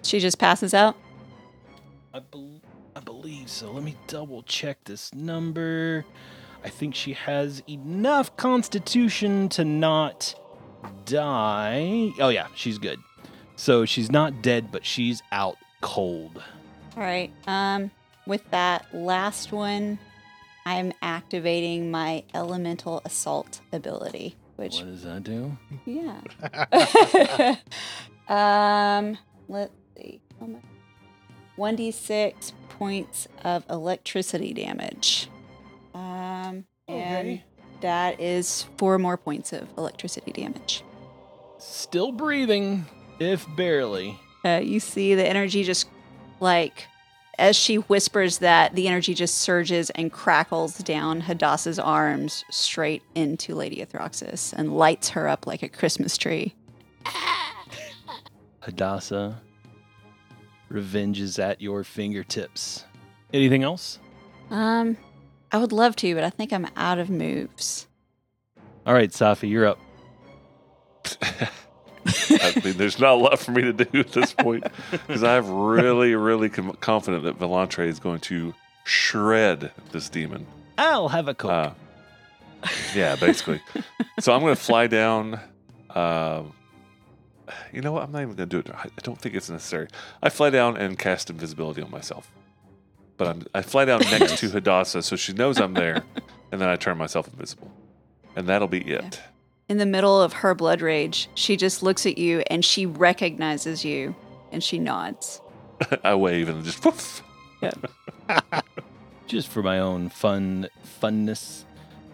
She just passes out. I, bel I believe so. Let me double check this number. I think she has enough constitution to not die. Oh, yeah, she's good. So she's not dead, but she's out cold. All right. Um, with that last one, I'm activating my elemental assault ability, which What does that do? Yeah. um, let's see. Oh How much? 1d6 points of electricity damage. Um, and Okay. that is four more points of electricity damage. Still breathing, if barely. Uh, you see the energy just like as she whispers that, the energy just surges and crackles down Hadassah's arms straight into Lady Athroxis and lights her up like a Christmas tree. Hadassah, revenge is at your fingertips. Anything else? Um, I would love to, but I think I'm out of moves. All right, Safi, you're up. I mean, there's not a lot for me to do at this point because I'm really, really com- confident that Volantre is going to shred this demon. I'll have a coke. Uh, yeah, basically. so I'm going to fly down. Um, you know what? I'm not even going to do it. I I don't think it's necessary. I fly down and cast invisibility on myself. But I'm, I fly down next [laughs] to Hadassah so she knows I'm there, and then I turn myself invisible. And that'll be it. In the middle of her blood rage, she just looks at you and she recognizes you and she nods. [laughs] I wave and just poof. just for my own fun funness.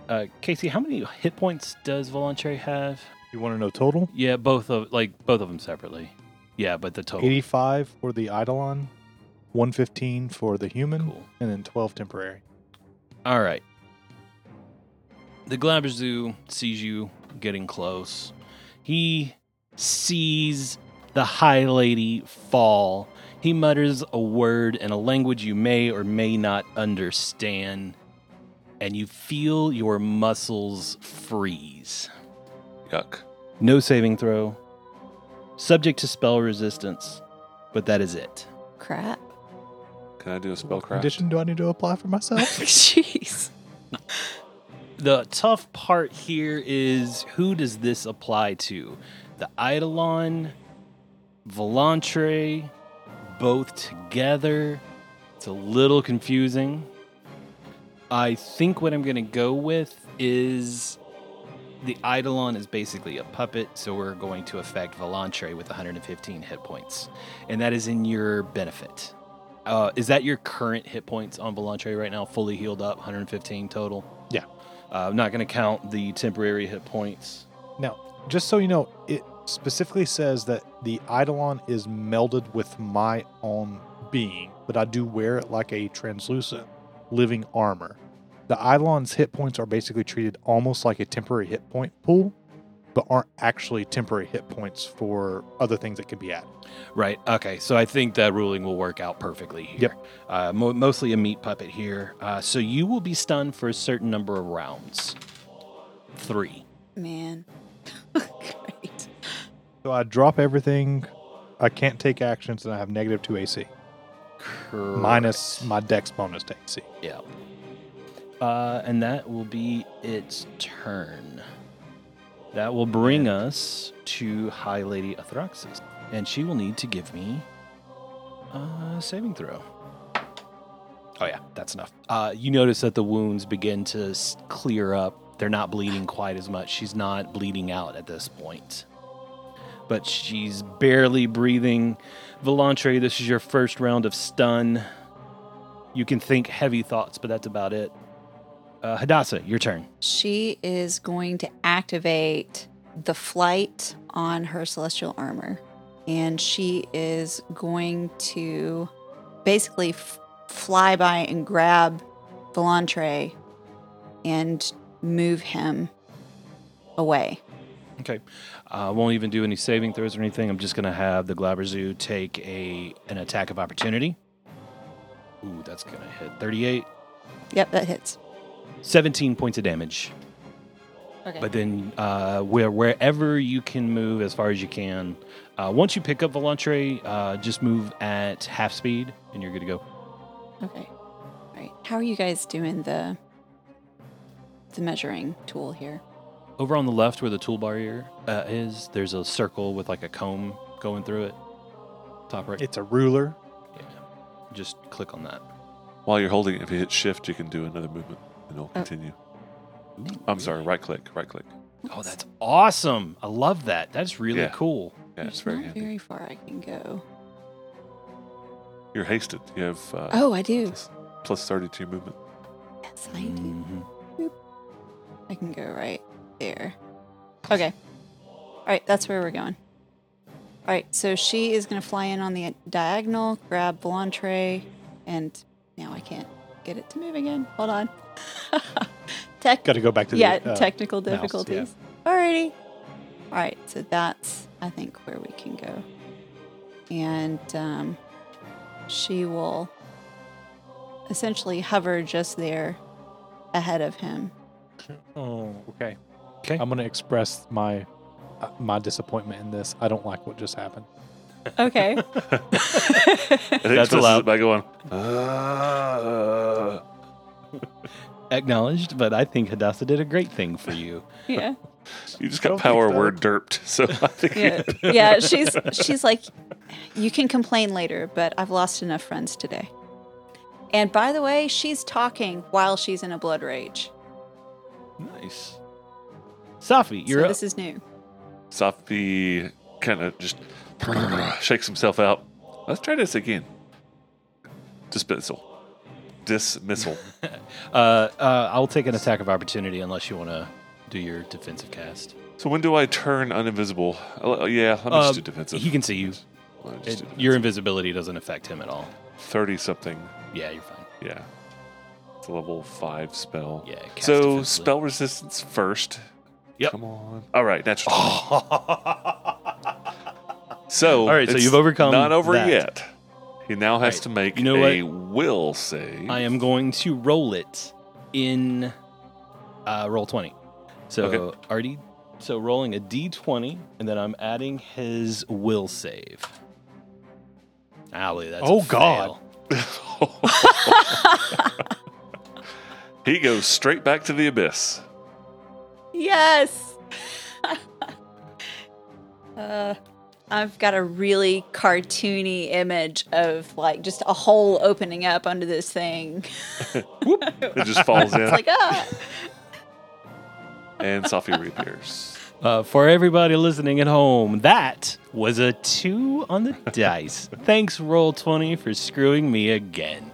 Uh, Casey, how many hit points does Volantre have? You want to know total? Yeah, both of like both of them separately. Yeah, but the total. 85 for the Eidolon, 115 for the human, Cool. and then 12 temporary. All right. The Glabrazoo sees you getting close. He sees the High Lady fall. He mutters a word in a language you may or may not understand, and you feel your muscles freeze. Yuck. No saving throw. Subject to spell resistance, but that is it. Crap. [laughs] Can I do a spell What craft? condition do I need to apply for [laughs] myself? Jeez. The tough part here is who does this apply to? The Eidolon, Volantre, both together. It's a little confusing. I think what I'm going to go with is the Eidolon is basically a puppet, so we're going to affect Volantre with 115 hit points. And that is in your benefit. Uh, is that your current hit points on Volantre right now, fully healed up, 115 total? Yeah. Uh, I'm not going to count the temporary hit points. Just so you know, it specifically says that the Eidolon is melded with my own being, but I do wear it like a translucent living armor. The Eidolon's hit points are basically treated almost like a temporary hit point pool, but aren't actually temporary hit points for other things that can be added. Right. Okay. So I think that ruling will work out perfectly here. Uh, mo- mostly a meat puppet here. Uh, so you will be stunned for a certain number of rounds. Three. Man. [laughs] Great. So I drop everything. I can't take actions, and I have negative two AC minus my Dex bonus to AC. Yeah. Uh, and that will be its turn. That will bring us to High Lady Athraxis. And she will need to give me a saving throw. Oh, yeah, that's enough. Uh, you notice that the wounds begin to s- clear up. They're not bleeding quite as much. She's not bleeding out at this point. But she's barely breathing. Volantre, this is your first round of stun. You can think heavy thoughts, but that's about it. Uh, Hadassah, your turn. She is going to activate the flight on her celestial armor. And she is going to basically f- fly by and grab Volantre and move him away. Okay. Uh, I won't even do any saving throws or anything. I'm just going to have the Glabrazoo take a an attack of opportunity. Ooh, that's going to hit 38. Yep, that hits. 17 points of damage. Okay. But then uh, where wherever you can move as far as you can. Uh, once you pick up Volantre, uh, just move at half speed and you're good to go. Okay. All right. How are you guys doing the the measuring tool here? Over on the left where the toolbar here uh, is, there's a circle with like a comb going through it. Top right. It's a ruler. yeah. Just click on that. While you're holding it, if you hit shift, you can do another movement and it'll Oh. continue. I'm sorry, right click, right click. Oh, that's awesome. I love that. That's really Yeah. cool. Yeah, it's There's very not handy. very far I can go. You're hasted. You have uh, Oh, I do. plus, plus 32 movement. Yes, I do. I can go right there. Okay. All right, that's where we're going. All right, so she is going to fly in on the diagonal, grab Volantre, and now I can't get it to move again. Hold on. [laughs] Tech Got to go back to yeah, the uh, technical mouse, yeah. difficulties. Alrighty. All right, so that's I think where we can go, and um, she will essentially hover just there ahead of him. Oh, okay. 'Kay. I'm gonna express my uh, my disappointment in this. I don't like what just happened. [laughs] Okay. And it That's expresses allowed. it By going, "Ah." Acknowledged, but I think Hadassah did a great thing for [laughs] you. yeah. you just I got don't think power so. word derped. [laughs] So I think Yeah. Yeah. She's she's like, you can complain later, but I've lost enough friends today. And by the way, she's talking while she's in a blood rage. nice. Safi, you're so up. this is new. Safi kind of just [clears throat] shakes himself out. Let's try this again. Dismissal. Dismissal. uh, uh, I'll take an attack of opportunity unless you want to do your defensive cast. so when do I turn uninvisible? Oh, yeah, let me Uh, just do defensive. He can see you. Let me just It, do your invisibility doesn't affect him at all. 30 something. Yeah, you're fine. Yeah. It's a level 5 spell. Yeah. Cast so defensively. spell resistance first. Yep. Come on. All right, natural. [laughs] So All right, so it's you've overcome Not over that. yet. He now has Right. to make You know a will save. I am going to roll it in uh, roll 20. So Okay. already so rolling a d20 and then I'm adding his will save. Alley, that's a Oh, God. fail. he goes straight back to the abyss. Yes. [laughs] uh, I've got a really cartoony image of like just a hole opening up under this thing. [laughs] It just [laughs] falls in, It's like ah. and Safi reappears. Uh, for everybody listening at home, that was a 2 [laughs] on the dice. Thanks roll 20 for screwing me [laughs] again.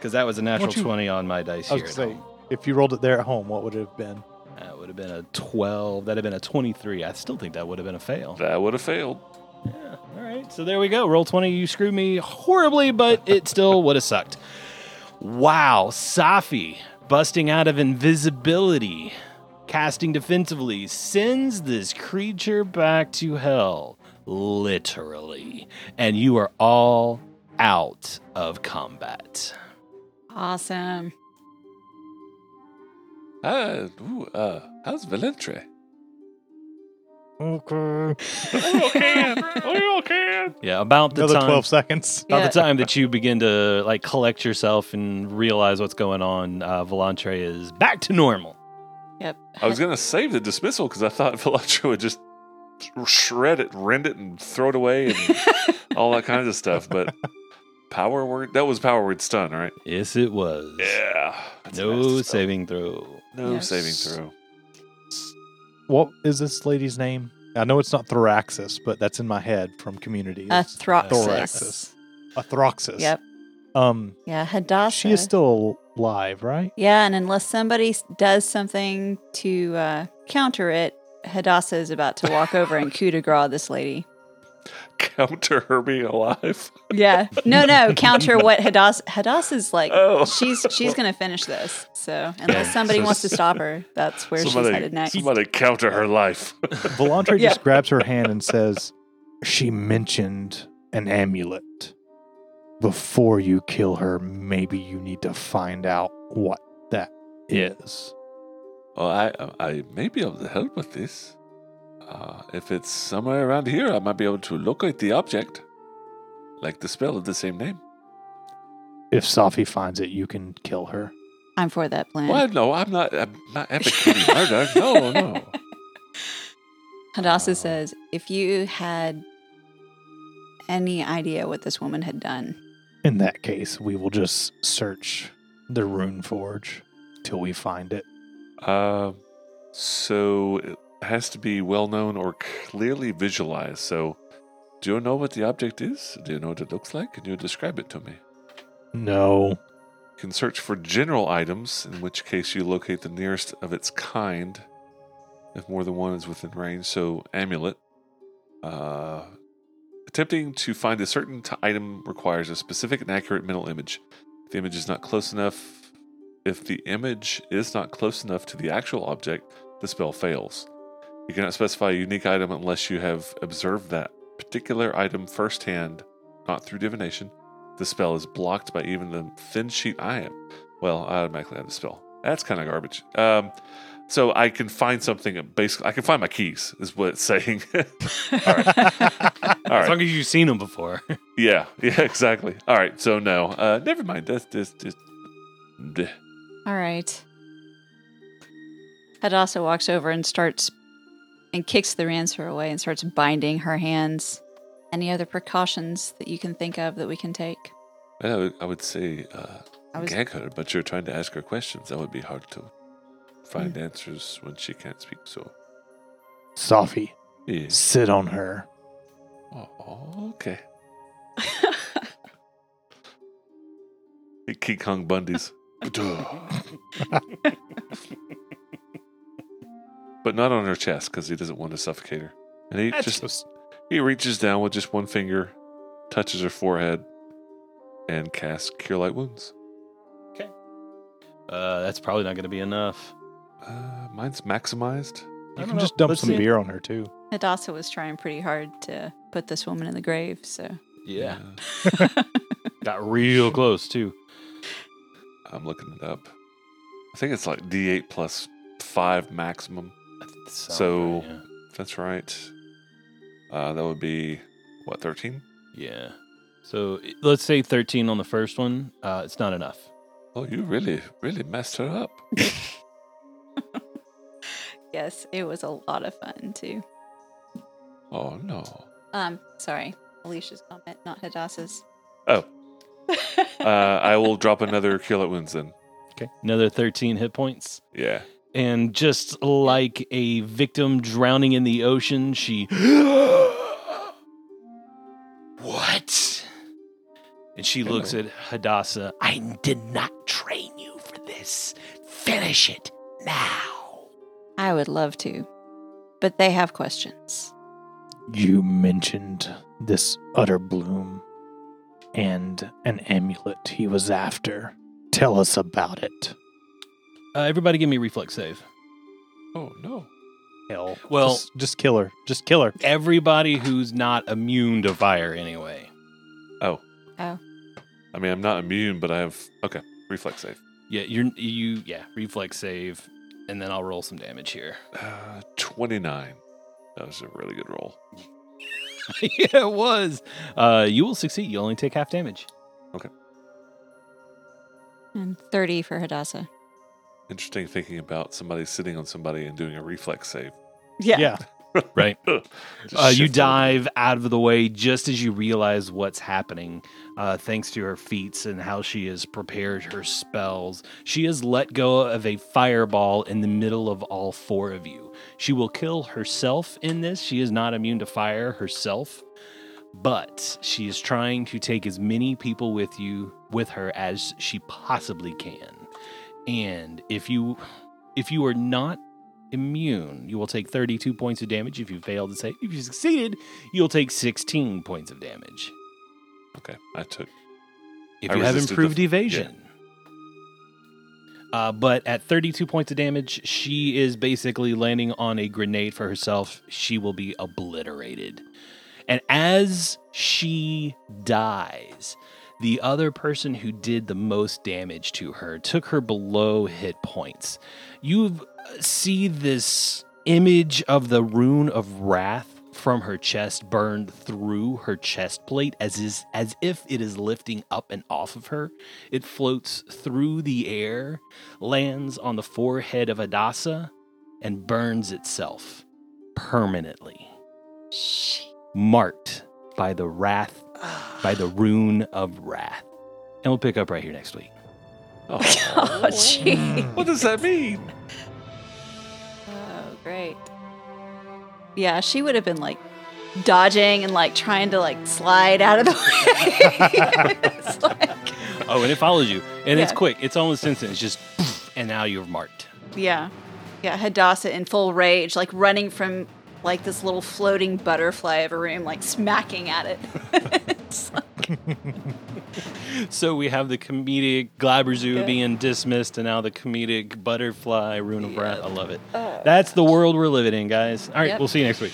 Cuz that was a natural you- 20 on my dice I here. was gonna at say home. If you rolled it there at home, what would it have been? That would have been a 12. That'd have been a 23. I still think that would have been a fail. That would have failed. Yeah. All right. So there we go. Roll 20. You screwed me horribly, but it still would have sucked. Wow. Safi busting out of invisibility, casting defensively, sends this creature back to hell. Literally. And you are all out of combat. Awesome. Uh, ooh, uh, how's Valentre? Okay. Oh, can. Oh, can. Yeah. About the Another time. 12 seconds. By Yeah. the time that you begin to like collect yourself and realize what's going on, uh, Volantre is back to normal. Yep. I was gonna save the dismissal because I thought [laughs] Velantra would just shred it, rend it, and throw it away, and [laughs] all that kinds of stuff. But power word that was power word stun, right? Yes, it was. Yeah. That's a nasty No spell. saving throw. No Yes. saving throw. What is this lady's name? I know it's not Thoraxis, but that's in my head from Community. It's Athroxis. Thoraxis. Athroxis. Uh, Yep. Um, Yeah. Hadassah. she is still alive, right? Yeah, and unless somebody s- does something to uh, counter it, Hadassah is about to walk over [laughs] and coup de grace this lady. Counter her being alive. Yeah. No, no, counter what Hadassah Hadassah's like [laughs] Oh, she's she's gonna finish this. So unless somebody So- wants to stop [laughs] her, that's where she's headed next. somebody counter [laughs] her life. Volantre Yeah. just grabs her hand and says, She mentioned an amulet. Before you kill her, maybe you need to find out what that is. [laughs] Well, I I may be able to help with this. Uh, if it's somewhere around here, I might be able to locate the object, like the spell of the same name. If Safi finds it, you can kill her. I'm for that plan. [laughs] Well, no, I'm not. I'm not advocating murder. No, no. Hadassah Oh. says, if you had any idea what this woman had done, In that case, we will just search the Rune Forge till we find it. Um, so it has to be well known or clearly visualized. So, do you know what the object is? Do you know what it looks like? Can you describe it to me? No. You can search for general items, in which case you locate the nearest of its kind, if more than one is within range. So, amulet. Uh, attempting to find a certain t- item requires a specific and accurate mental image. If the image is not close enough, if the image is not close enough to the actual object, the spell fails. You cannot specify a unique item unless you have observed that particular item firsthand, not through divination. The spell is blocked by even the thin sheet I am. Well, I automatically have the spell. That's kind of garbage. Um, so I can find something. Basically, I can find my keys. Is what it's [laughs] saying. All [laughs] right. All As right. long as you've seen them before. [laughs] Yeah. Yeah. Exactly. All right. So no. Uh, never mind. That's just just. bleh. all right. Hadassah walks over and starts and kicks the rancer away and starts binding her hands. Any other precautions that you can think of that we can take? I would, I would say uh, I was- gag her, but you're trying to ask her questions. That would be hard to find Hmm. answers when she can't speak. So, Safi, yeah. sit [gasps] on her. Oh, okay. King [laughs] Kong Bundy's. but not on her chest because he doesn't want to suffocate her. And he That's just he reaches down with just one finger, touches her forehead, and casts Cure Light Wounds. Uh, that's probably not going to be enough. Uh, mine's maximized. I You don't can know. just dump Let's some see. beer on her, too. Hadassah was trying pretty hard to put this woman in the grave, so Yeah. Got real close, too. I'm looking it up. I think it's like D8 plus five maximum. So- yeah. That's right. Uh, that would be what thirteen? yeah. So i- let's say 13 on the first one. Uh, it's not enough. Oh, you really, really messed her up. yes, it was a lot of fun too. Oh no. Um, sorry, Alicia's comment, not Hadassah's. [laughs] Oh. Uh, I will drop another kill at wounds then. Okay. Another 13 hit points. Yeah. And just like a victim drowning in the ocean, she. what? And she looks at Hadassah. I did not train you for this. Finish it now. I would love to, but they have questions. You mentioned this utter bloom and an amulet he was after. Tell us about it. Uh, everybody, give me a reflex save. Oh no. Hell. Well- Eh, just, just kill her. Just kill her. Everybody who's not immune to fire, anyway. Oh. Oh. I mean, I'm not immune, but I have okay reflex save. Yeah, you're you. Yeah, reflex save, and then I'll roll some damage here. [laughs] Uh, Twenty nine. That was a really good roll. yeah, it was. Uh, you will succeed. You only take half damage. And 30 for Hadassah. Interesting thinking about somebody sitting on somebody and doing a reflex save. yeah. Right. Just Uh, you shift over. dive out of the way just as you realize what's happening, uh, thanks to her feats and how she has prepared her spells. She has let go of a fireball in the middle of all four of you. She will kill herself in this. She is not immune to fire herself, but she is trying to take as many people with you with her as she possibly can. And if you if you are not immune. You will take 32 points of damage if you fail to save. If you succeeded, you'll take 16 points of damage. Okay, I took. If I you have resisted the- improved evasion. Uh, but at 32 points of damage, she is basically landing on a grenade for herself. She will be obliterated. And as she dies, the other person who did the most damage to her took her below hit points. You see this image of the rune of wrath from her chest burned through her chest plate as is as if it is lifting up and off of her. It floats through the air, lands on the forehead of Adasa, and burns itself permanently marked by the wrath, by [sighs] the rune of wrath. And we'll pick up right here next week. Oh, [laughs] Oh, Mm. gee. what does that mean? Oh, great. Yeah, she would have been like dodging and like trying to like slide out of the [laughs] way. [laughs] It's like- Oh, and it follows you. And it's Yeah. quick. It's almost instant. It's just, poof, and now you're marked. yeah. Yeah, Hadassah in full rage, like running from like this little floating butterfly of a room, like smacking at it. [laughs] It's like- So we have the comedic Glabrezu Yeah. being dismissed, and now the comedic butterfly rune of wrath. I love it. Oh. That's the world we're living in, guys. All right, Yep. we'll see you next week.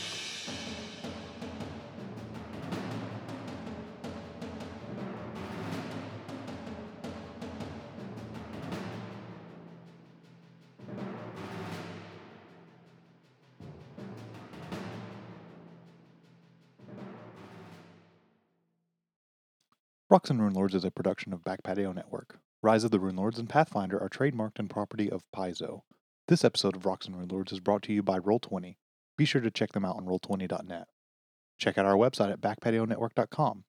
Rocks and Rune Lords is a production of Back Patio Network. Rise of the Rune Lords and Pathfinder are trademarked and property of Paizo. This episode of Rocks and Rune Lords is brought to you by Roll20. Be sure to check them out on roll20.net. Check out our website at backpationetwork.com.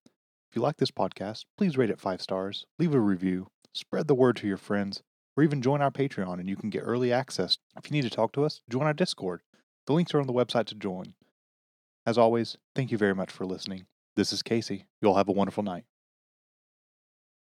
If you like this podcast, please rate it five stars, leave a review, spread the word to your friends, or even join our Patreon and you can get early access. If you need to talk to us, join our Discord. The links are on the website to join. As always, thank you very much for listening. This is Casey. You all have a wonderful night.